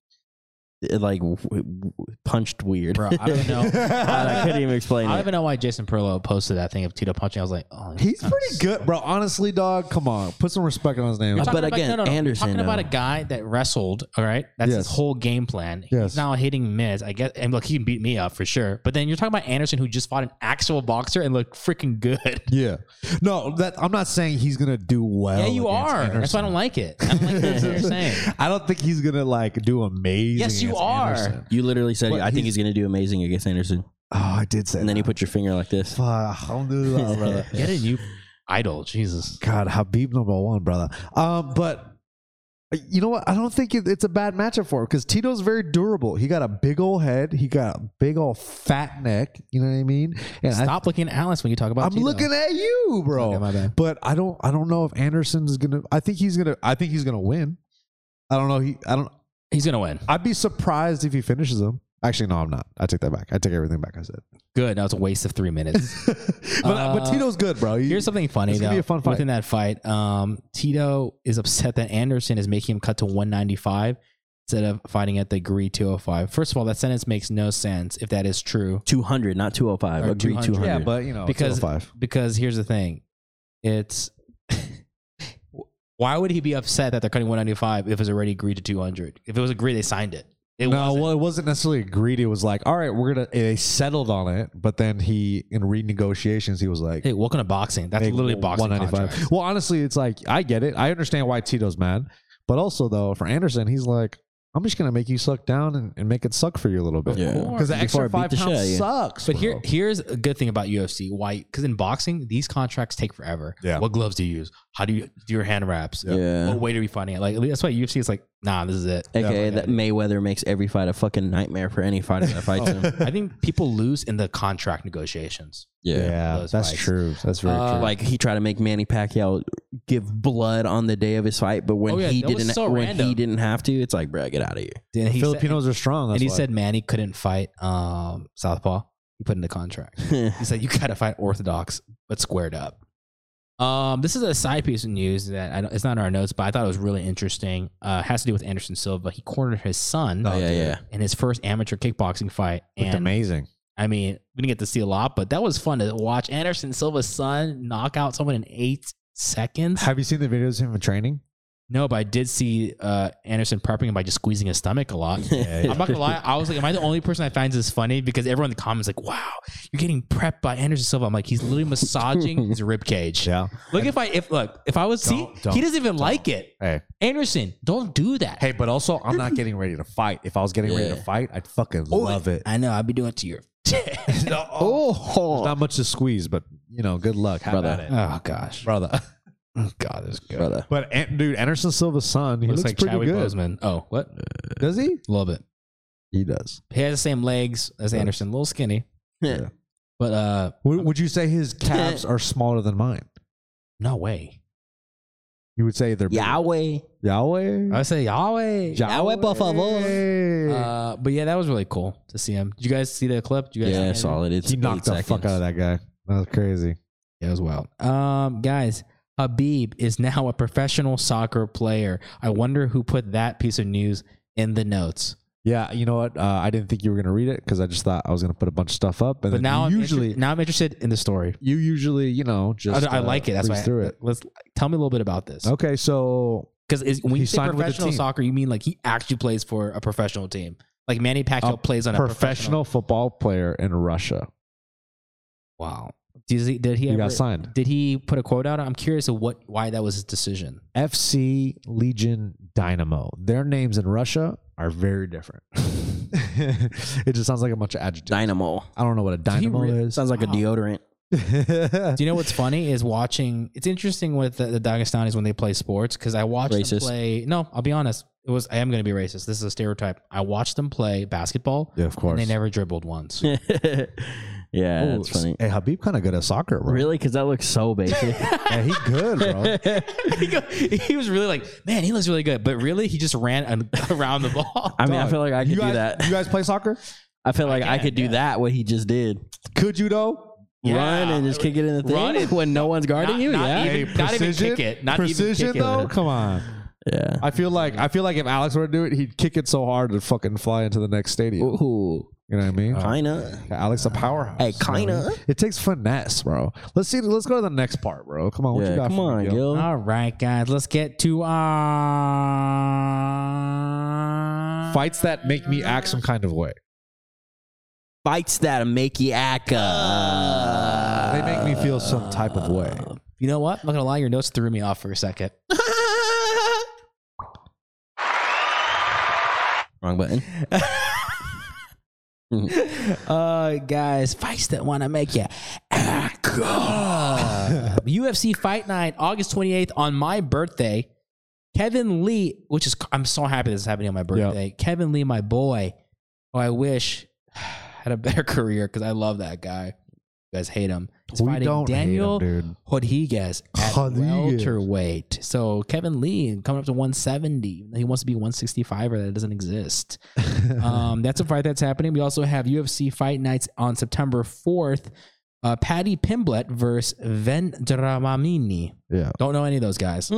it, like w- w- punched weird.
Bro,
*laughs*
I don't know.
I couldn't even
I
explain
don't
it.
even know why Jason Perlo posted that thing of Tito punching. I was like, oh, that
He's
sounds-
pretty good, bro. Honestly, dog, come on, put some respect on his name.
You're talking
But again,
you're
Anderson,
talking
though.
about a guy that wrestled. All right, that's his
Yes.
whole game plan.
Yes.
He's now hitting mids. I guess, and look, he can beat me up for sure. But then you're talking about Anderson, who just fought an actual boxer and looked freaking good.
*laughs* Yeah, no, that I'm not saying he's gonna do well.
yeah, you
against
are. That's why I
Anderson.
don't like it. I don't like what
*laughs*
you're saying.
I don't think he's gonna like do amazing.
Yes, you
against
are.
Anderson.
You literally said,
What,
I think
he's-
he's going to do amazing against Anderson.
Oh, I did say.
And then
that.
you put your finger like this.
Fuck,
*laughs*
alhamdulillah, brother.
Get a new idol, Jesus.
God, Habib number one, brother. Um, but uh, you know what? I don't think it, it's a bad matchup for him because Tito's very durable. He got a big old head. He got a big old fat neck. You know what I mean? And I,
Stop looking at Alice when you talk about.
I'm
Tito.
looking at you, bro.
Okay, my bad.
But I don't. I don't know if Anderson's gonna. I think he's gonna. I think he's gonna win. I don't know. He. I don't.
He's gonna win.
I'd be surprised if he finishes him. Actually, no, I'm not. I take that back. I take everything back. I said. *laughs*
Good. That was a waste of three minutes.
but, but
Uh,
Tito's good, bro. He-
Here's something funny
It's
though.
gonna be a fun fight.
Within that fight, um, Tito is upset that Anderson is making him cut to 195 instead of fighting at the agreed 205. First of all, that sentence makes no sense if that is true.
200, not 205.
Or
Agree
200.
200.
*laughs* Yeah, but you know,
Because-
five.
Because here's the thing, it's *laughs* why would he be upset that they're cutting 195 if it was already agreed to 200? If it was agreed, they signed it. It
no,
wasn't.
well, it wasn't necessarily agreed. It was like, all right, we're gonna. They settled on it, but then he in renegotiations, he was like,
Hey, welcome to boxing. That's
make
literally boxing.
195.
contracts.
Well, honestly, it's like I get it. I understand why Tito's mad, But also though, for Anderson, he's like, I'm just gonna make you suck down and, and make it suck for you a little bit.
Yeah. Of
Because the
Before I
extra
beat
five
the shit
pounds
out of you.
sucks.
But here,
bro.
here's a good thing about UFC. Why? Because in boxing, these contracts take forever.
Yeah.
What gloves do you use? How do you do your hand wraps?
Yeah.
What way to be fighting it? Like that's why UFC is like, nah, this is it.
AKA
Yeah.
that Mayweather makes every fight a fucking nightmare for any fighter that
*laughs*
fights
Oh.
him.
I think people lose in the contract negotiations.
yeah,
those
that's
fights.
true. That's very
Uh,
true.
Like he tried to make Manny Pacquiao give blood on the day of his fight, but when
Oh, yeah,
he
that was
didn't,
so
when he
random.
didn't have to, it's like, bruh, get out of here.
Then he said-
Filipinos are strong.
and
that's
he
why.
said Manny couldn't fight um, Southpaw. He put in the contract.
*laughs*
He said you *laughs* gotta fight Orthodox, but squared up. Um, this is a side piece of news that I don't, it's not in our notes, but I thought it was really interesting. Uh, it has to do with Anderson Silva. He cornered his son
Oh, yeah, yeah.
in his first amateur kickboxing fight,
looked
and
amazing.
I mean, we didn't get to see a lot, but that was fun to watch. Anderson Silva's son knock out someone in eight seconds.
Have you seen the videos of him in training?
No, but I did see uh, Anderson prepping him by just squeezing his stomach
*laughs*
a lot. I'm not gonna lie. I was like, am I the only person that finds this funny? Because everyone in the comments is like, wow, you're getting prepped by Anderson Silva. I'm like, he's literally massaging his rib cage.
Yeah.
Look if I if look if I was see
Don't- don't-
he doesn't even like it.
Hey.
Anderson, don't do that.
Hey, but also I'm not getting ready to fight. If I was getting ready
Yeah.
to fight, I'd fucking love
*laughs*
it.
Oh, I know. I'd be doing it to your.
There's not much to squeeze, but you know, good luck. Have
Brother.
at it,
oh gosh.
brother.
*laughs* Oh, God, this good.
brother.
But An- dude, Anderson Silva's son, he looks,
like
pretty
Chadwick
good.
Boseman. Oh, what?
Does he?
A little bit.
*laughs*
He does.
He has the same legs as Anderson, a little skinny,
Yeah.
but uh,
Would, would you say his calves are smaller than mine?
no way.
You would say they're big.
Yahweh.
Yahweh.
I say Uh, Yahweh.
Yahweh, por favor.
Hey.
Uh, but yeah, that was really cool to see him. Did you guys see the clip? Did you guys
Yeah, solid. It's
he knocked the fuck out of that guy. That was crazy.
Yeah, it was wild. Um, guys, Habib is now a professional soccer player. I wonder who put that piece of news in the notes.
Yeah, you know what? Uh, I didn't think you were gonna read it because I just thought I was gonna put a bunch of stuff up. And
But
then
now,
you
usually,
usually,
now I'm interested in the story.
you usually, you know, just
I, I
uh,
like it. That's
breeze
why. I-
through
*laughs*
it.
Let's tell me a little bit about this.
Okay, so
Because when
He
you say
signed with the
professional
team.
soccer, you mean like he actually plays for a professional team, like Manny Pacquiao
A
plays on a professional.
professional football player in Russia.
Wow. Did he? Did he,
He
ever-
got signed.
Did he put a quote out? I'm curious of what why that was his decision.
FC Legion Dynamo. Their names in Russia are very different. *laughs* it just sounds like a bunch of adjectives.
Dynamo.
I don't know what a
he
dynamo
re-
is.
Sounds
*laughs*
like a deodorant. *laughs*
Do you know what's funny is watching? It's interesting with the, the Dagestanis when they play sports because I watched them
Racist.
play. No, I'll be honest. It was I am going to be racist. This is a stereotype. I watched them play basketball.
yeah, of
And
course.
they never dribbled once.
*laughs*
*laughs*
yeah, that's funny.
Hey, Habib kind of good at soccer, bro.
Really? Because that looks so basic.
Yeah, he
*laughs*
good, bro.
he, go- he was really like, man, he looks really good, but really he just ran an- *laughs* around the ball.
*laughs* I mean, I
Dog,
feel like I could
you
do
guys,
that.
You guys play soccer?
I feel like I,
can,
could do
yeah.
that. What he just did.
Could you though?
Yeah.
Run and just kick it in the thing *laughs*
Run it.
when no one's guarding
Not-
you.
not
yeah.
even- not even kick it. Not even
precision
kick it.
though. Come on.
yeah.
I feel like I feel like if Alex were to do it, he'd kick it so hard it'd fucking fly into the next stadium.
Ooh,
You know what I mean?
kinda.
Yeah, Alex a powerhouse.
Hey,
you know what I
kinda.
mean? It takes finesse, bro. Let's see. Let's go to the next part, bro. Come on, what you
Yeah,
got?
come
for me,
on,
Gil?
Gil.
All right, guys, let's get to uh, our
Fights that make me act some kind of way.
Bites that make you act. uh,
They make me feel some type of way.
You know what? I'm not gonna lie, your notes threw me off for
*laughs*
a second.
Wrong button.
Mm-hmm. Uh, guys, fights that want to make you act. up. UFC Fight Night, August 28th on my birthday. Kevin Lee, which is I'm so happy this is happening on my birthday. Kevin Lee, my boy, who I wish had a better *laughs* career because I love that guy. You guys hate him. He's
we
fighting
don't
Daniel
hate 'em, dude.
Rodriguez at
Rodriguez.
welterweight. So Kevin Lee coming up to 170. even though He wants to be 165, or that doesn't exist. *laughs* um, that's a fight that's happening. We also have UFC fight nights on September 4th. Uh, Patty Pimblett versus Vendramini.
*laughs* Yeah.
Don't know any of those guys.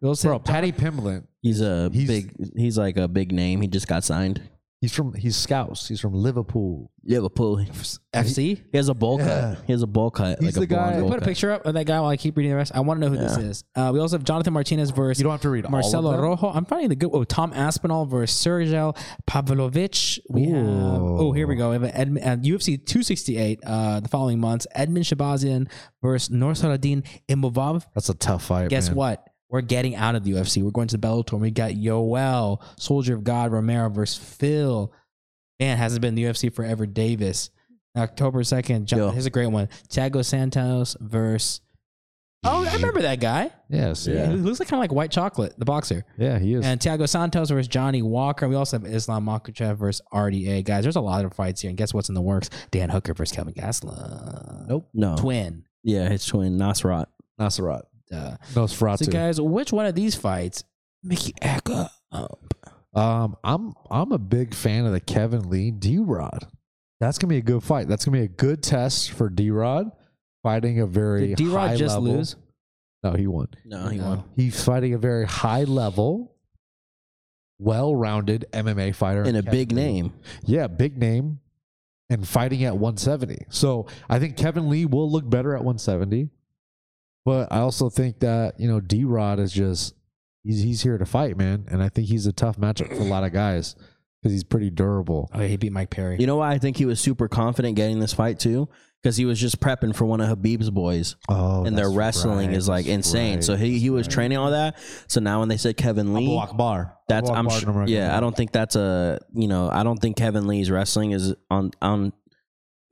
Those
Bro, Patty Pimblett.
He's a
He's-
big. He's like a big name. He just got signed.
He's from. He's Scouse. He's from Liverpool.
Liverpool. He
FC.
has a bowl
Yeah.
cut. He has a bowl cut.
He's
like
the
a blonde
guy-
bowl
Put a
cut.
picture up of that guy while I keep reading the rest. I want to know who this is. Uh, we also have Jonathan Martinez versus
You don't have to read all
Marcelo
of them.
Rojo. I'm finding the good. Oh, Tom Aspinall versus Sergel Pavlovich. We have.
Ooh.
Oh, here we go. We have Edm- uh, UFC 268 uh, the following months. Edmund Shabazian versus Norsaladdin Imovov.
That's a tough fight.
Guess
man.
what? We're getting out of the UFC. We're going to the Bellator. We got Yoel, Soldier of God, Romero versus Phil. Man, hasn't been in the UFC forever. Davis, October 2nd. John,
Yeah.
Here's a great one. Thiago Santos versus. Oh, I remember that guy.
Yes.
Yeah. He looks like kind of like white chocolate, the boxer.
Yeah, he is.
And Thiago Santos versus Johnny Walker. We also have Islam Makhachev versus RDA. Guys, there's a lot of fights here. And guess what's in the works? Dan Hooker versus Kevin Gastelum.
Nope. No.
Twin.
Yeah, his twin, Nasrat.
Nasrat.
Uh, so,
Nosferatu.
guys, which one of these fights? Mickey Eka.
Um, I'm I'm a big fan of the Kevin Lee D Rod. That's gonna be a good fight. That's gonna be a good test for D Rod fighting a very
Did D-Rod
high
just
level-
lose?
No, he won.
No, he
No.
won.
He's fighting a very high level, well rounded MMA fighter
And a
Kevin
big
Lee.
name.
Yeah, big name, and fighting at 170. So I think Kevin Lee will look better at 170, but I also think that you know D Rod is just he's he's here to fight, man, and I think he's a tough matchup for a lot of guys because he's pretty durable.
Oh, yeah, he beat Mike Perry.
You know why I think he was super confident getting this fight too? Because he was just prepping for one of Habib's boys,
Oh,
and their wrestling is like insane. So he, he was training all that. So now when they said Kevin Lee,
bar.
that's I'm sure, yeah. I don't think that's a you know I don't think Kevin Lee's wrestling is on on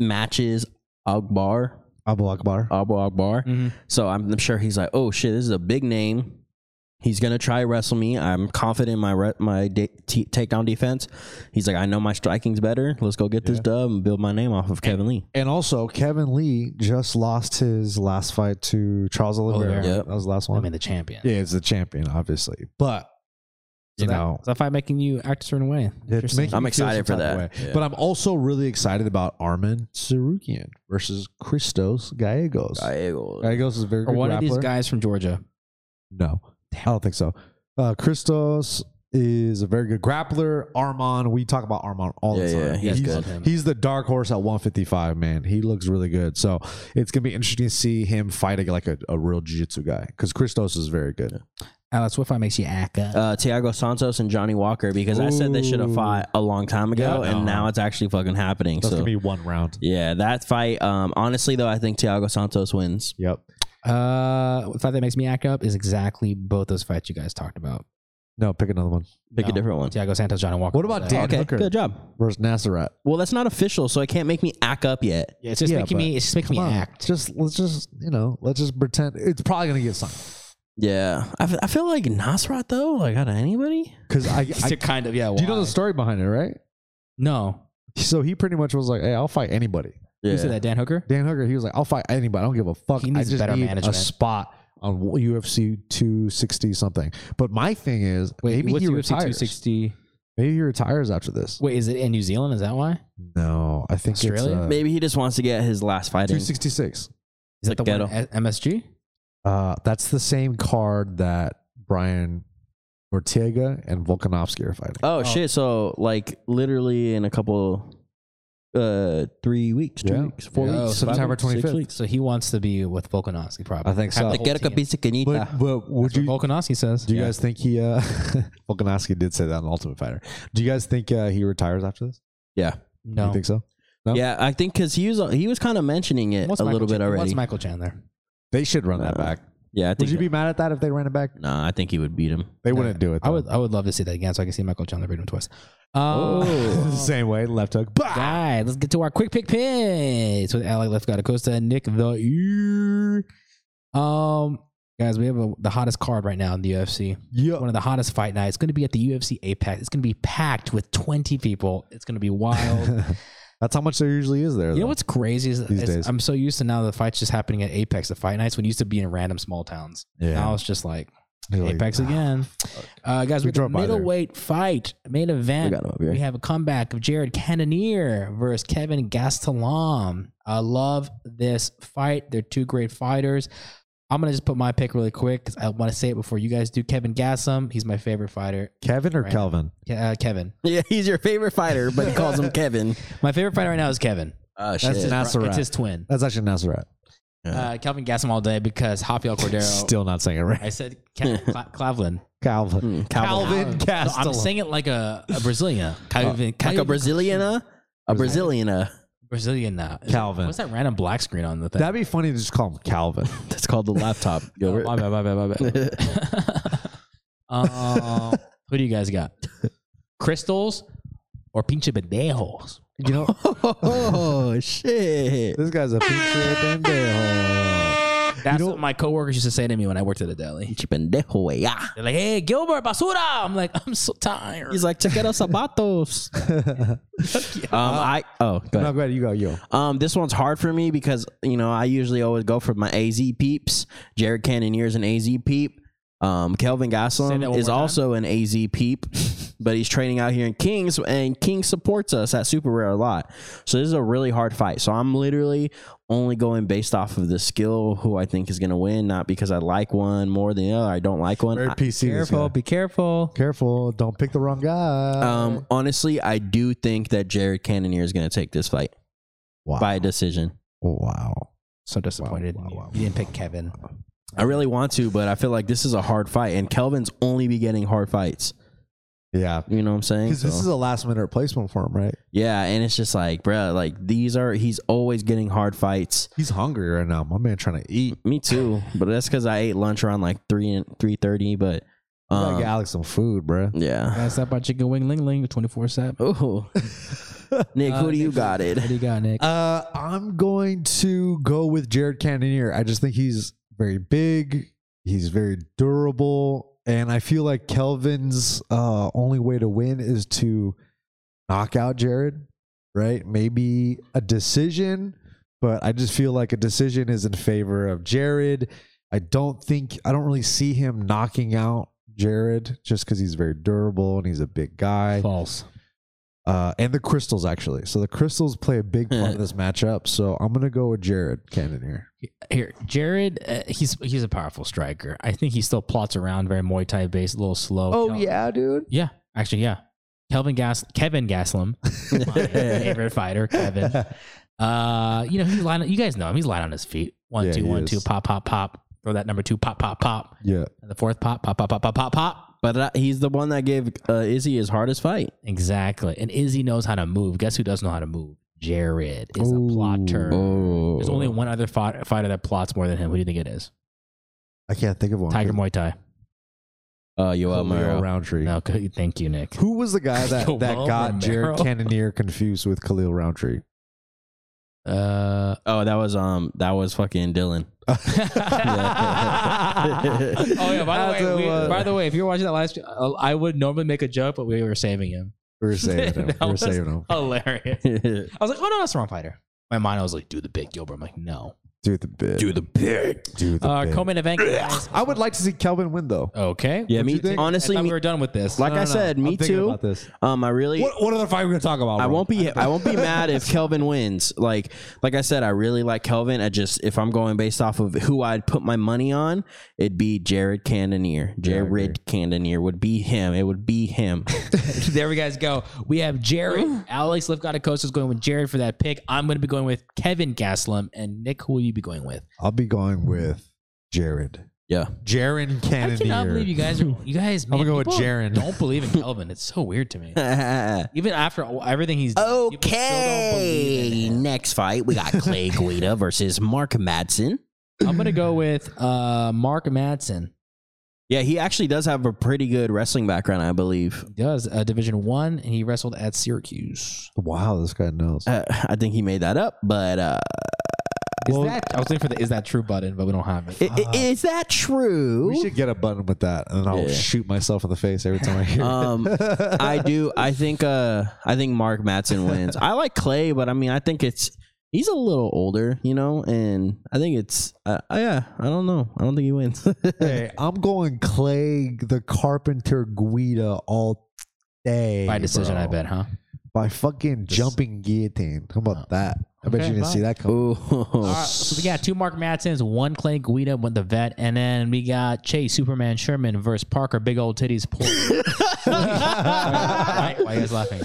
matches Akbar
Abu Akbar.
Abu Akbar.
Mm-hmm.
Mhm.
So I'm, I'm sure he's like, oh shit, this is a big name. He's gonna try wrestle me. I'm confident in my re- my de- t- takedown defense. He's like, I know my striking's better. Let's go get this dub and build my name off of Kevin Lee.
And also, Kevin Lee just lost his last fight to Charles Oliveira.
Oh, yeah.
That was the last
I
one.
mean, the champion.
yeah, it's the champion, obviously. But
So
you
that,
know,
so that fight making you act a certain way.
It's
Interesting.
making
I'm
me feel
excited
some
for
type of
that.
way.
Yeah.
But I'm also really excited about Armin Sarukian versus Christos Gallegos.
Gallegos.
Gallegos is a very
Or
good
one of these
grappler.
guys from Georgia.
No, I don't think so. Uh, Christos is a very good grappler. Armon, we talk about Armon all
Yeah,
the time.
yeah, he's
he's,
good.
he's the dark horse at 155, man. He looks really good. So it's going to be interesting to see him fighting like a, a real jiu jitsu guy because Christos is very good.
Alex, what fight makes you act up?
Uh, Tiago Santos and Johnny Walker because I said they should have
Ooh.
fought a long time ago,
Yeah,
and
no.
now it's actually fucking happening.
That's
so
going to be one round.
yeah, that fight. Um, honestly though, I think Tiago Santos wins.
Yep.
Uh, the fight that makes me act up is exactly both those fights you guys talked about.
No, pick another one.
Pick a
No.
different one.
Thiago Santos, Johnny Walker.
What about Dan
Okay,
Hooker
good job.
versus Nasserat?
Well, that's not official, so it can't make me act up yet.
Yeah, it's just
Yeah,
making
but
me. It's just making me
Come on,
act.
Just let's just you know let's just pretend it's probably gonna get signed
Yeah, I, f- I feel like Nasrat though. Like out of anybody,
because I, I do
kind of yeah.
you know the story behind it right?
No,
So he pretty much was like, "Hey, I'll fight anybody."
yeah.
you said that Dan Hooker.
Dan Hooker, he was like, "I'll fight anybody. I don't give a fuck.
He
I
needs
just
better
need
management.
a spot on UFC 260 something." But my thing is, maybe
what's
he
UFC
retires.
260?
Maybe he retires after this.
Wait, is it in New Zealand? Is that why?
No, I think
Australia?
it's uh,
Maybe he just wants to get his last fight in.
266.
Is that the
The
one
ghetto.
at MSG?
Uh, that's the same card that Brian Ortega and Volkanovski are fighting.
Oh, shit! So like literally in a couple, uh, three weeks, two
Yeah.
weeks, four
Yeah.
weeks,
Oh,
five
September
weeks, six
25th.
weeks.
So he wants to be with Volkanovski, probably.
I think
Have
so.
the
Like,
whole
get a
team.
capiz canita.
But, but would
That's
you
what Volkanovski says.
Do you
Yeah.
guys think he uh *laughs* Volkanovski did say that on Ultimate Fighter? Do you guys think uh, he retires after this?
yeah,
You
No.
think so? No?
yeah. I think because he was he was kind of mentioning it
What's
a
Michael
little bit
Chan-
already.
What's Michael Chandler?
They should run that
No.
back.
yeah, I think.
Would you be mad at that if they ran it back?
nah, I think he would beat him.
They wouldn't do it.
I would.
though. *laughs*
I would love to see that again, so I can see Michael Chandler beat him twice.
The
Oh.
same way, left hook. Bah!
*laughs* Guys, let's get to our quick pick picks with Alec Left Guard Acosta and Nick the Ear. Um, guys, we have a, the hottest card right now in the UFC. One
Yeah.
of the hottest fight nights. It's going to be at the UFC Apex. It's going to be packed with 20 people. It's going to be
*laughs*
wild.
That's how much there usually is there.
you know
though.
what's crazy is,
These
is
days.
I'm so used to now the fights just happening at Apex, the fight nights when it used to be in random small towns.
Yeah.
Now it's just like
You're like,
Apex
ah.
again. Uh, guys,
We
we
drove by there.
middleweight fight main
We
event.
got him up here.
We have a comeback of Jared Cannonier versus Kevin Gastelum. I love this fight. They're two great fighters. I'm gonna just put my pick really quick because I want to say it before you guys do. Kevin Gastelum, he's my favorite fighter.
Kevin or
Right.
Kelvin?
Ke- Uh, Kevin,
*laughs* yeah, he's your favorite fighter, but he calls
*laughs*
him Kevin.
my favorite fighter right now is Kevin.
Oh shit!
That's Nasserat.
It's his twin,
That's actually Nasserat.
uh, Kevin Gastelum all day because Rafael Cordero.
Still not saying
*laughs*
it right.
I said Ke-
*laughs*
Cla- Clavlin.
Calvin.
Hmm,
Calvin
No, I'm
Gastelum.
saying it like a, a Brazilian. Calvin,
Like
Calvin-
a Braziliana, a Braziliana.
Brazilian uh,
Calvin.
What's that random black screen on the thing?
That'd be funny to just call him Calvin.
That's called the
*laughs*
laptop.
Oh, my bad, my bad, my bad. Uh, who do you guys got? Crystals or pinche pendejos?
You know,
oh shit!
*laughs* this guy's a pinche
*laughs*
pendejo.
That's what my coworkers used to say to me when I worked at a deli.
Pendejo, eh, ah.
They're like, "Hey, Gilbert, basura." I'm like, "I'm so tired."
He's like, check out zapatos. um, I oh, go
No,
ahead.
go ahead. You go. You go.
Um, this one's hard for me because you know I usually always go for my AZ peeps. Jared Cannonier's an AZ peep. Um, Kelvin
Say
Goslin
that one
is
more time.
also an AZ peep, but he's training out here in Kings, and King supports us at Super Rare a lot. So this is a really hard fight. So I'm literally only going based off of the skill who I think is going to win, not because I like one more than the other. I don't like one.
Very
I-
PC. this guy.
be careful.
Careful. Don't pick the wrong guy.
Um, honestly, I do think that Jared Cannonier is going to take this fight
wow.
by decision.
wow.
So disappointed.
Wow,
in you.
wow, wow,
you didn't pick Kevin.
I really want to, but I feel like this is a hard fight, and Kelvin's only be getting hard fights.
Yeah.
You know what I'm saying?
Because this
So-
is a last minute replacement for him, right?
yeah, and it's just like, bruh, like these are he's always getting hard fights.
He's hungry right now. My man trying to eat.
Me too, but that's because I ate lunch around like three and three thirty. But
You gotta
um,
get Alex some food, bro.
*laughs*
yeah.
That's up by chicken wing ling ling twenty four seven.
Ooh, Nick,
Uh,
who do you
Nick,
got it?
What do you got, Nick?
Uh, I'm going to go with Jared Cannonier. I just think he's very big. He's very durable, and I feel like Kelvin's uh, only way to win is to knock out Jared, right? Maybe a decision, but I just feel like a decision is in favor of Jared. I don't think I don't really see him knocking out Jared just because he's very durable and he's a big guy
False.
uh, and the crystals actually. So the crystals play a big part
*laughs*
in this matchup. So I'm gonna go with Jared Cannon here.
Here, Jared, uh, he's he's a powerful striker. I think he still plots around very Muay Thai based, a little slow. Kel-
Oh, yeah, dude.
yeah, actually, yeah. Kelvin Gas, Kevin
*laughs*
Gaslam, my favorite fighter, Kevin. Uh, you know, he's lying. You guys know him. He's lying on his feet. One,
Yeah,
two,
he
one,
is.
two. pop, pop, pop. Throw that number two, pop, pop, pop.
yeah,
And the fourth pop, pop, pop, pop, pop, pop, pop.
But uh, he's the one that gave uh, Izzy his hardest fight.
Exactly. And Izzy knows how to move. Guess who does know how to move? Jared is a plotter.
Oh,
There's only one other fought, fighter that plots more than him. Who do you think it is?
I can't think of one.
Tiger Muay Thai.
Uh, Yoel
Khalil
Murray.
Roundtree.
No, good- thank you, Nick.
Who was
*laughs*
the guy that,
Khalil
that got
Romero. *laughs*
Jared Cannonier confused with Khalil Roundtree? *laughs*
Uh,
Oh, that was um, that was fucking Dylan. *laughs*
oh yeah. By
That's
the way,
a,
we,
uh,
by the way, if you're watching that live stream, uh, I would normally make a joke, but we were saving him. *laughs*
We were saving him.
That
we were
was-
saving him.
Hilarious.
yeah,
I was like, oh no, that's the wrong fighter. My mind, I was like, do the big Gilbert. I'm like, no.
Do the bit. Do the bit. Do the
Uh,
bit.
Coleman event. guys.
I would like to see Kelvin win though.
Okay.
you
me.
Honestly,
think?
Honestly,
I thought
me,
we were done with this.
like I
No, no,
said,
I'm
me
thinking
too.
About this.
Um, I really,
What, what other fight are we gonna talk about?
I
bro?
won't
*laughs*
be, I won't be mad if Kelvin wins. Like, like I said, I really like Kelvin. I just, if I'm going based off of who I'd put my money on, it'd be Jared Cannonier. Jared Cannonier would be him. It would be
*laughs*
him.
*laughs*
*laughs*
there we guys go. We have Jared.
*gasps*
Alex Lefkadakosa is going with Jared for that pick. I'm going to be going with Kevin Gaslam. And Nick, who will you be going with?
I'll be going with Jared.
Yeah.
Jared Cannonier.
I cannot believe you guys are. You guys, man,
gonna go with
people
Jaron.
Don't believe in Kelvin. It's so weird to me. Even after all- everything he's done, people still don't believe
okay.
in him.
Next fight, we got Clay
*laughs*
Guida versus Mark Madsen.
I'm gonna go with uh, Mark Madsen.
Yeah, he actually does have a pretty good wrestling background, I believe.
He does uh, Division One, and he wrestled at Syracuse.
Wow, this guy knows.
Uh, I think he made that up, but uh,
Is
Well-
that? I was looking for the "Is that true?" button, but we don't have it.
i- i- is that true?
We should get a button with that, and then I'll
Yeah.
shoot myself in the face every time I hear. *laughs*
Um,
it.
I do. I think. Uh, I think Mark Matson wins. I like Clay, but I mean, I think it's he's a little older, you know, and I think it's. Uh, uh, yeah, I don't know. I don't think he wins. *laughs*
hey, I'm going Clay the Carpenter Guida all day
By decision,
bro.
I bet, huh?
By fucking jumping guillotine. How about that? I bet
Okay,
you didn't
fine.
see that coming.
Ooh.
All right, so we got two Mark Matsons, one Clay Guida, one the vet, and then we got Chase Superman Sherman versus Parker Big Old Titties. *laughs* Poor. Why why are you guys laughing?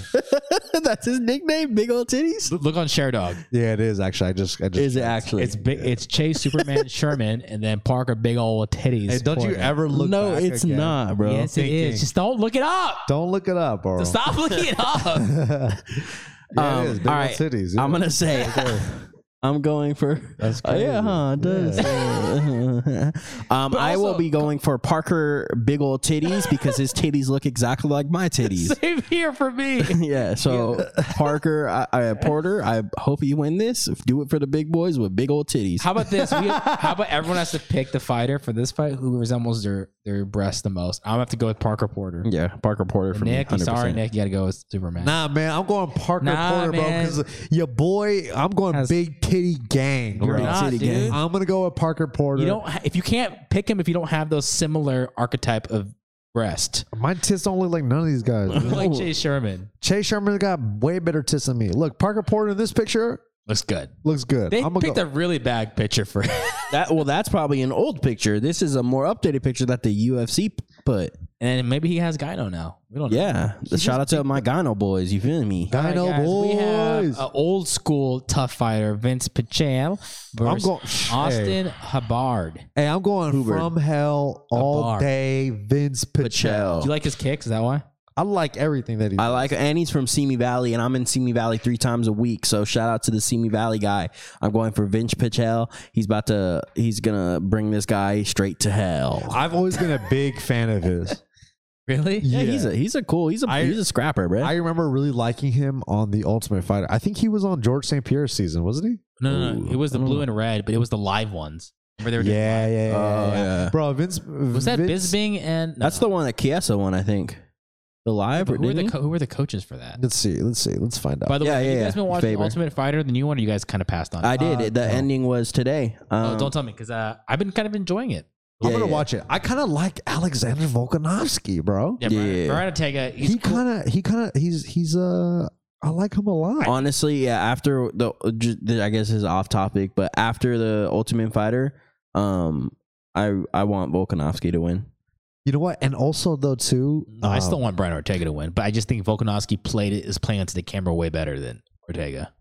*laughs* That's his nickname, Big Old Titties.
Look on Share Dog.
Yeah, it is actually. I just, I just.
Is it actually?
It's big. It's Chase
*laughs*
Superman Sherman, and then Parker Big Old Titties.
Hey, don't you
Porter.
ever look?
no,
back
it's
again.
not, bro.
Yes, it
thinking.
is. Just don't look it up.
Don't look it up, bro. *laughs*
Stop looking it up.
Yeah,
Um,
it is. Big
all
old
right.
cities. yeah.
I'm gonna say I'm going for
That's
Oh, yeah,
crazy.
huh? It does. *laughs* um, I will
also-
be going for Parker big old titties because his titties look exactly like my titties.
Same here for me.
*laughs* yeah, so Parker, I, I Porter, I hope you win this. Do it for the big boys with big old titties.
How about this? We, how about everyone has to pick the fighter for this fight who resembles their their breast the most? I'm gonna have to go with Parker Porter.
yeah, Parker Porter for
Nick,
me.
I'm sorry,
100%.
Nick, you gotta go with Superman.
Nah, man, I'm going Parker
Nah,
Porter, bro.
man.
Because your boy, I'm going
Has-
Big Titty Gang.
You're
bro.
not,
City
dude.
gang.
I'm gonna go with Parker Porter.
You don't. ha- If you can't pick him, if you don't have those similar archetype of breast,
My tits don't look like none of these guys.
You look like Jay Sherman
Chase Sherman's got way better tits than me. Look, Parker Porter in this picture
looks good.
looks good.
They
I'm gonna
picked
go.
a really bad picture for.
That well, that's probably an old picture. This is a more updated picture that the UFC put.
and maybe he has Gyno now. We don't. know.
Yeah, shout out to my Gano boys. You feeling me?
All right,
Dino
guys, We have
boys.
an old school tough fighter, Vince Pichel
I'm
versus
going. Hey,
Austin Hubbard.
hey, I'm going
Hubbard.
from hell all
bar.
day. Vince Pichel.
Do you like his kicks? Is that why?
I like everything that he.
I like and he's from Simi Valley, and I'm in Simi Valley three times a week. So shout out to the Simi Valley guy. I'm going for Vince Pichel. He's about to he's gonna bring this guy straight to hell.
I've always been a big fan of his.
Really?
Yeah, he's a he's a cool he's a
I-
he's a scrapper, bro.
*laughs* I remember really liking him on the Ultimate Fighter. I think he was on George St. Pierre's season, wasn't he?
No, no, no.
Ooh, Mm.
It was the
I don't
blue
know.
and red, but it was the live ones. Remember they were doing-
Yeah, yeah, yeah,
Oh,
yeah, yeah.
yeah.
Bro, Vince
was that Bisbing and no.
That's the one that Chiesa won, I think. The live or
who were the
didn't
co- who were the coaches for that?
Let's see. Let's see. Let's find out.
By the
Yeah,
way, have
yeah,
you guys
yeah.
been watching
Faber.
Ultimate Fighter, the new one, or you guys kind of passed on?
he? I
it?
did.
Uh,
the
no.
ending was today.
Oh,
Um,
don't tell me because uh, I've been kind of enjoying it.
I'm
yeah,
gonna
yeah.
watch it. I kind of like Alexander Volkanovski, bro.
Yeah,
Yeah.
Brian, Brian Ortega. He's
he
cool.
kind of, he kind of, he's, he's, uh, I like him a lot.
honestly, yeah. After the, ju- the- I guess is off topic, but after the Ultimate Fighter, um, I I want Volkanovski to win.
You know what? And also though, too,
I
um,
still want Brian Ortega to win, but I just think Volkanovski played it is playing to the camera way better than Ortega.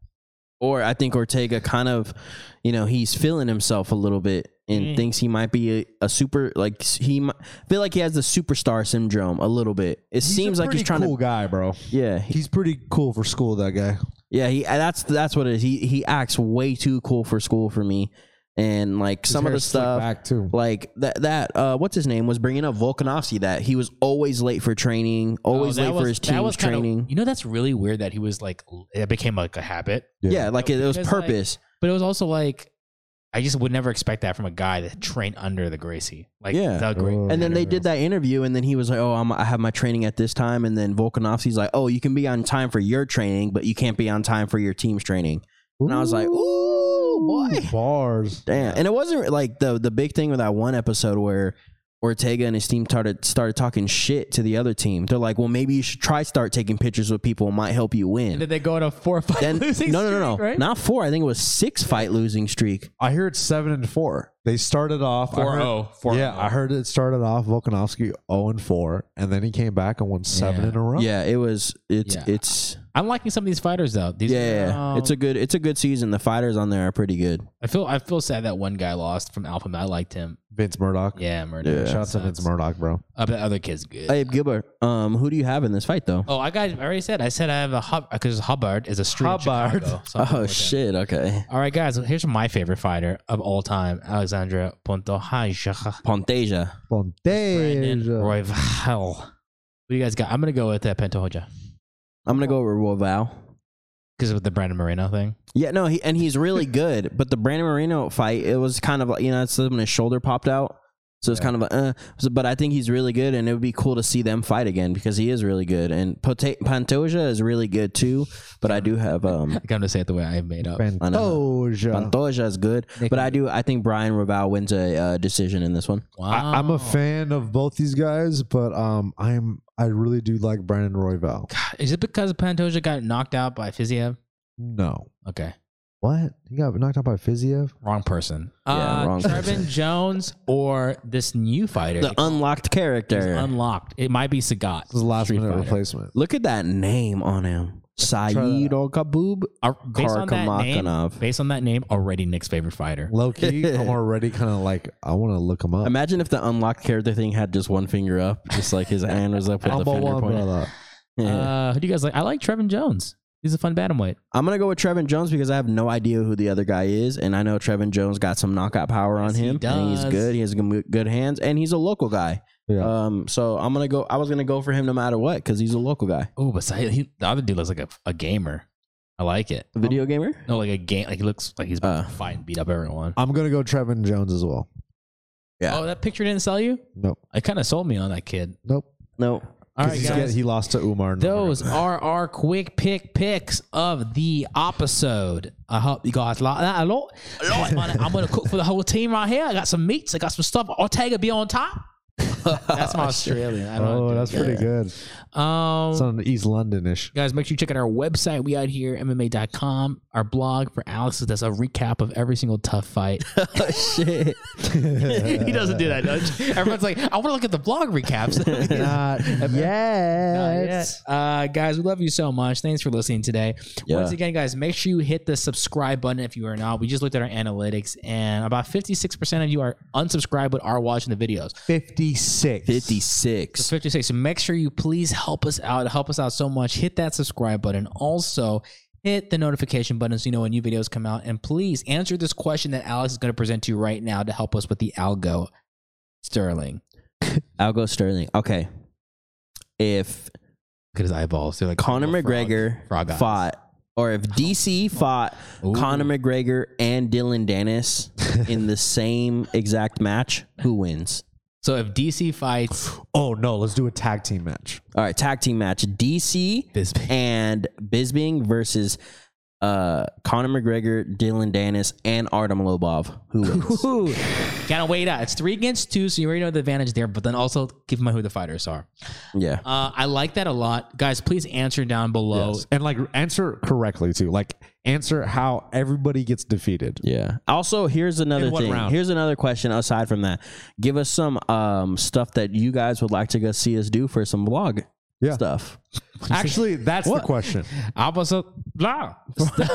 Or I think Ortega kind of, you know, he's feeling himself a little bit and
Mm.
thinks he might be a, a super like s- he mi- I feel like he has the superstar syndrome a little bit. It
he's a
seems like he's
pretty
trying
cool
to
guy, bro.
yeah he-
He's pretty cool for school. That guy.
yeah he that's that's what it is. He he acts way too cool for school for me, and like some of the stuff
back too.
Like that that uh what's his name was bringing up Volkanovski that he was always late for training, always
Oh, that
late for
was-
his
that was
team's
kinda-
training.
you know, that's really weird that he was like l- it became like a habit,
yeah. like it, it was
Because, like-
purpose.
but it was also like I just would never expect that from a guy that trained under the Gracie. Like
Yeah.
the Gra-
Oh.
and then they did that interview and then he was like, "Oh, I'm, I have my training at this time." And then Volkanovski's like, "Oh, you can be on time for your training, but you can't be on time for your team's training." And I was like, "Ooh, boy."
bars.
Damn. And it wasn't like the the big thing with that one episode where Ortega and his team started started talking shit to the other team. They're like, "Well, maybe you should try start taking pictures with people. It might help you win."
And *laughs* did they go on a four or five
then no,
losing
no, no, no,
streak, right?
not four. I think it was six fight losing streak.
I hear it's seven and four. They started off I heard-
oh.
4-0, 4-0.
Yeah, I heard it started off Volkanovski zero and four, and then he came back and won seven
Yeah.
in a row.
Yeah, it was. It's
Yeah.
it's
I'm liking some of these fighters though. These
yeah, yeah, yeah.
um,
it's a good it's a good season. The fighters on there are pretty good.
I feel I feel sad that one guy lost from Alpha. I liked him.
Vince Murdoch.
Yeah, murder.
Yeah.
Shout out to Vince Murdoch, bro.
Uh, but the other kid's good.
Abe Gilbert, um, who do you have in this fight though?
oh, I got. I already said. I said I have a hub because Hubbard is a street. in
Hubbard.
Chicago, so I'm going
Oh
with him.
shit! Okay,
All right, guys. Here's my favorite fighter of all time, Alexandra Pontohaja.
Pontasia.
Brandon
Bontage.
Royval. What do you guys got? I'm gonna go with that Pantoja
I'm gonna go with Roval.
because of the Brandon Moreno thing.
Yeah, no, he, and he's *laughs* really good. But the Brandon Moreno fight, it was kind of like you know, it's when his shoulder popped out, so it's kind of like, uh, so, but I think he's really good, and it would be cool to see them fight again because he is really good, and Pota- Pantoja is really good too. But I do have *laughs* um,
I'm gonna say it the way I made up.
I know. Pantoja is good,
Nick
but I do I think Brian Raval wins a uh, decision in this one.
Wow.
I, I'm a fan of both these guys, but um, I'm I really do like Brandon Royval.
Is it because Pantoja got knocked out by Fiziev?
No,
Okay,
what he got knocked out by Fiziev?
wrong person.
Yeah,
uh,
wrong
Trevin
person.
Jones or this new fighter?
The unlocked
He's
character.
unlocked. It might be Sagat.
This is last
Street
minute
fighter. *laughs*
replacement.
Look at that name on him,
try that
Saeed Al Kaboob.
Uh, based on that name,
Karkamakhanov.
based on that name, already Nick's favorite fighter.
Low key, I'm already kind of like I want to look him up.
Imagine if the unlocked character thing had just one finger up, just like his hand was up with the
Elbow
finger
one,
point.
brother.
Yeah.
Uh, who do you guys like? I like Trevin Jones. He's a fun bantamweight.
I'm gonna go with Trevin Jones because I have no idea who the other guy is, and I know Trevin Jones got some knockout power on
Yes, he
him. And he's
does.
good. He has good, good hands, and he's a local guy.
Uh,
Yeah.
Um, so I'm gonna go. I was gonna go for him no matter what because he's a local guy,
Oh, but Saeed- he, the other dude looks like a, a gamer. I like it.
video gamer.
No, like a game. Like he looks like he's
Uh.
been fighting, beat up everyone.
I'm gonna go Trevin Jones as well.
Yeah.
Oh, that picture didn't sell you.
Nope.
It kind of sold me on that kid.
Nope.
*laughs*
No,
All
'Cause
right,
he's
guys.
get- he lost to Umar. in November.
Those are our quick pick picks of the episode. I hope you guys like that a lot. I'm- I'm going to cook for the whole team right here. I got some meats. I got some stuff. Ortega be on top. That's my Australian. I don't know how to
Oh,
do
that's
it.
pretty good.
Um,
It's on East Londonish.
Guys, make sure you check out our website. We out here, MMA.com, our blog for Alex. That's a recap of every single tough fight. *laughs*
Oh, shit.
he doesn't do that, does he? *laughs* Everyone's like, I want to look at the blog *laughs* recaps.
yes.
Uh, guys, we love you so much. Thanks for listening today.
Yeah.
Once again, guys, make sure you hit the subscribe button if you are not. We just looked at our analytics, and about 56% of you are unsubscribed but are watching the videos.
56.
Fifty six.
It's 56. So make sure you please help us out. Help us out so much. Hit that subscribe button. Also, hit the notification button so you know when new videos come out. And please answer this question that Alex is going to present to you right now to help us with the algo. Sterling.
I'll go Sterling. Okay. If
Look at his eyeballs. They're like
Conor
little frog-
McGregor
frog eyes.
fought, or if
*laughs*
DC fought
Ooh.
Conor McGregor and Dylan
*laughs*
Dennis in the same exact match, who wins?
So if DC fights
Oh, no. Let's do a tag team match.
All right, tag team match: DC
*sighs* this
and Bisbing versus uh, Conor McGregor, Dylan Dennis, and Artem Lobov. Who
*laughs*
wins?
Ooh, gotta wait out. It's three against two, so you already know the advantage there. But then also give my who the fighters are.
yeah.
Uh, I like that a lot, guys. Please answer down below.
Yes. And like answer correctly, too. Like answer how everybody
*laughs*
gets defeated.
Yeah. Also, here's another
In what
thing.
round?
Here's another question aside from that. Give us some um stuff that you guys would like to go see us do for some vlog
Yeah.
stuff.
Actually, that's the question.
I was a blah.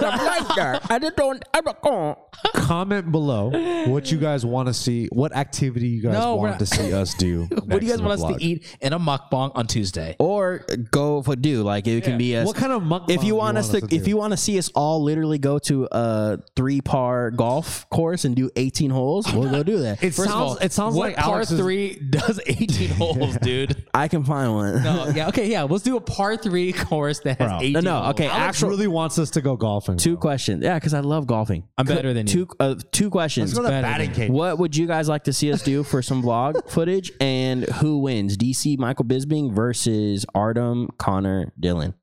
I just don't I don't
Comment below what you guys want to see, what activity you guys
No, we're
want
not-
to see us do.
*laughs* What do you guys want us to eat in a mukbang on Tuesday?
Or go for do like it can be us.
What kind of mukbang
if
do
you want us to, if
do?
you want to see us all literally go to a three par golf course and do 18 holes, we'll go do that.
it
First
sounds
of all,
it sounds
what
like
par
Alex is-
three does *laughs* eighteen holes, dude.
I can find one.
No, yeah, okay, yeah. Let's do a par three *laughs* course that has
Bro. No,
eighteen.
no,
holes.
okay.
Alex
actual-
really wants us to go
*laughs*
golfing.
Two
bro.
questions. Yeah, because I love golfing.
I'm better than you.
Two uh, two questions.
Let's go to the batting cage.
What would you guys like to see us do for some
*laughs*
vlog footage? And who wins? DC Michael Bisbing versus Artem Connor Dylan.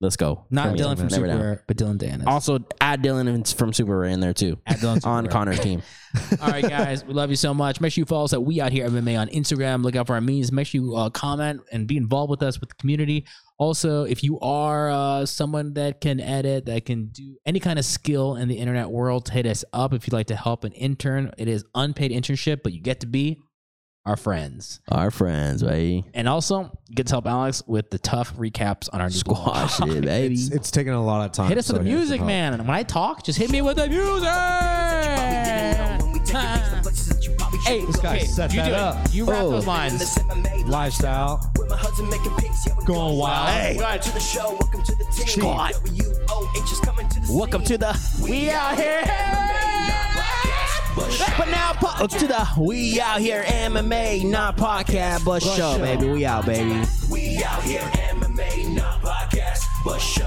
Let's go.
Not
Never
Dylan
down,
from
never
Super,
down.
Rare, but Dylan Dennis.
Also, add Dylan and- from Super Rare in there too.
At Dylan Super
on
Rare.
Connor's team.
All right, guys, we love you so much. Make sure you follow us at We Out Here MMA on Instagram. Look out for our memes. Make sure you uh, comment and be involved with us with the community. Also, if you are uh, someone that can edit, that can do any kind of skill in the internet world, hit us up if you'd like to help an intern. It is unpaid internship, but you get to be our friends.
*laughs* Our friends, baby.
And also, you get to help Alex with the tough recaps on our new blog.
Squash *laughs* it, baby.
It's, it's taking a lot of time.
Hit us
so
with the
yeah, it's
music,
about-
man. And when I talk, just hit me with the music. Hey, this
guy set
you
that
do it.
up.
You rap
Oh.
those lines.
Lifestyle.
Going wild.
Hey.
Welcome to the show. Welcome to the team.
Squad.
W-O-H is coming to the
Welcome to the We Out Here. But now po- to the We Out Here MMA, not podcast, but show, baby. We out, baby.
We out here, MMA, not podcast, but show.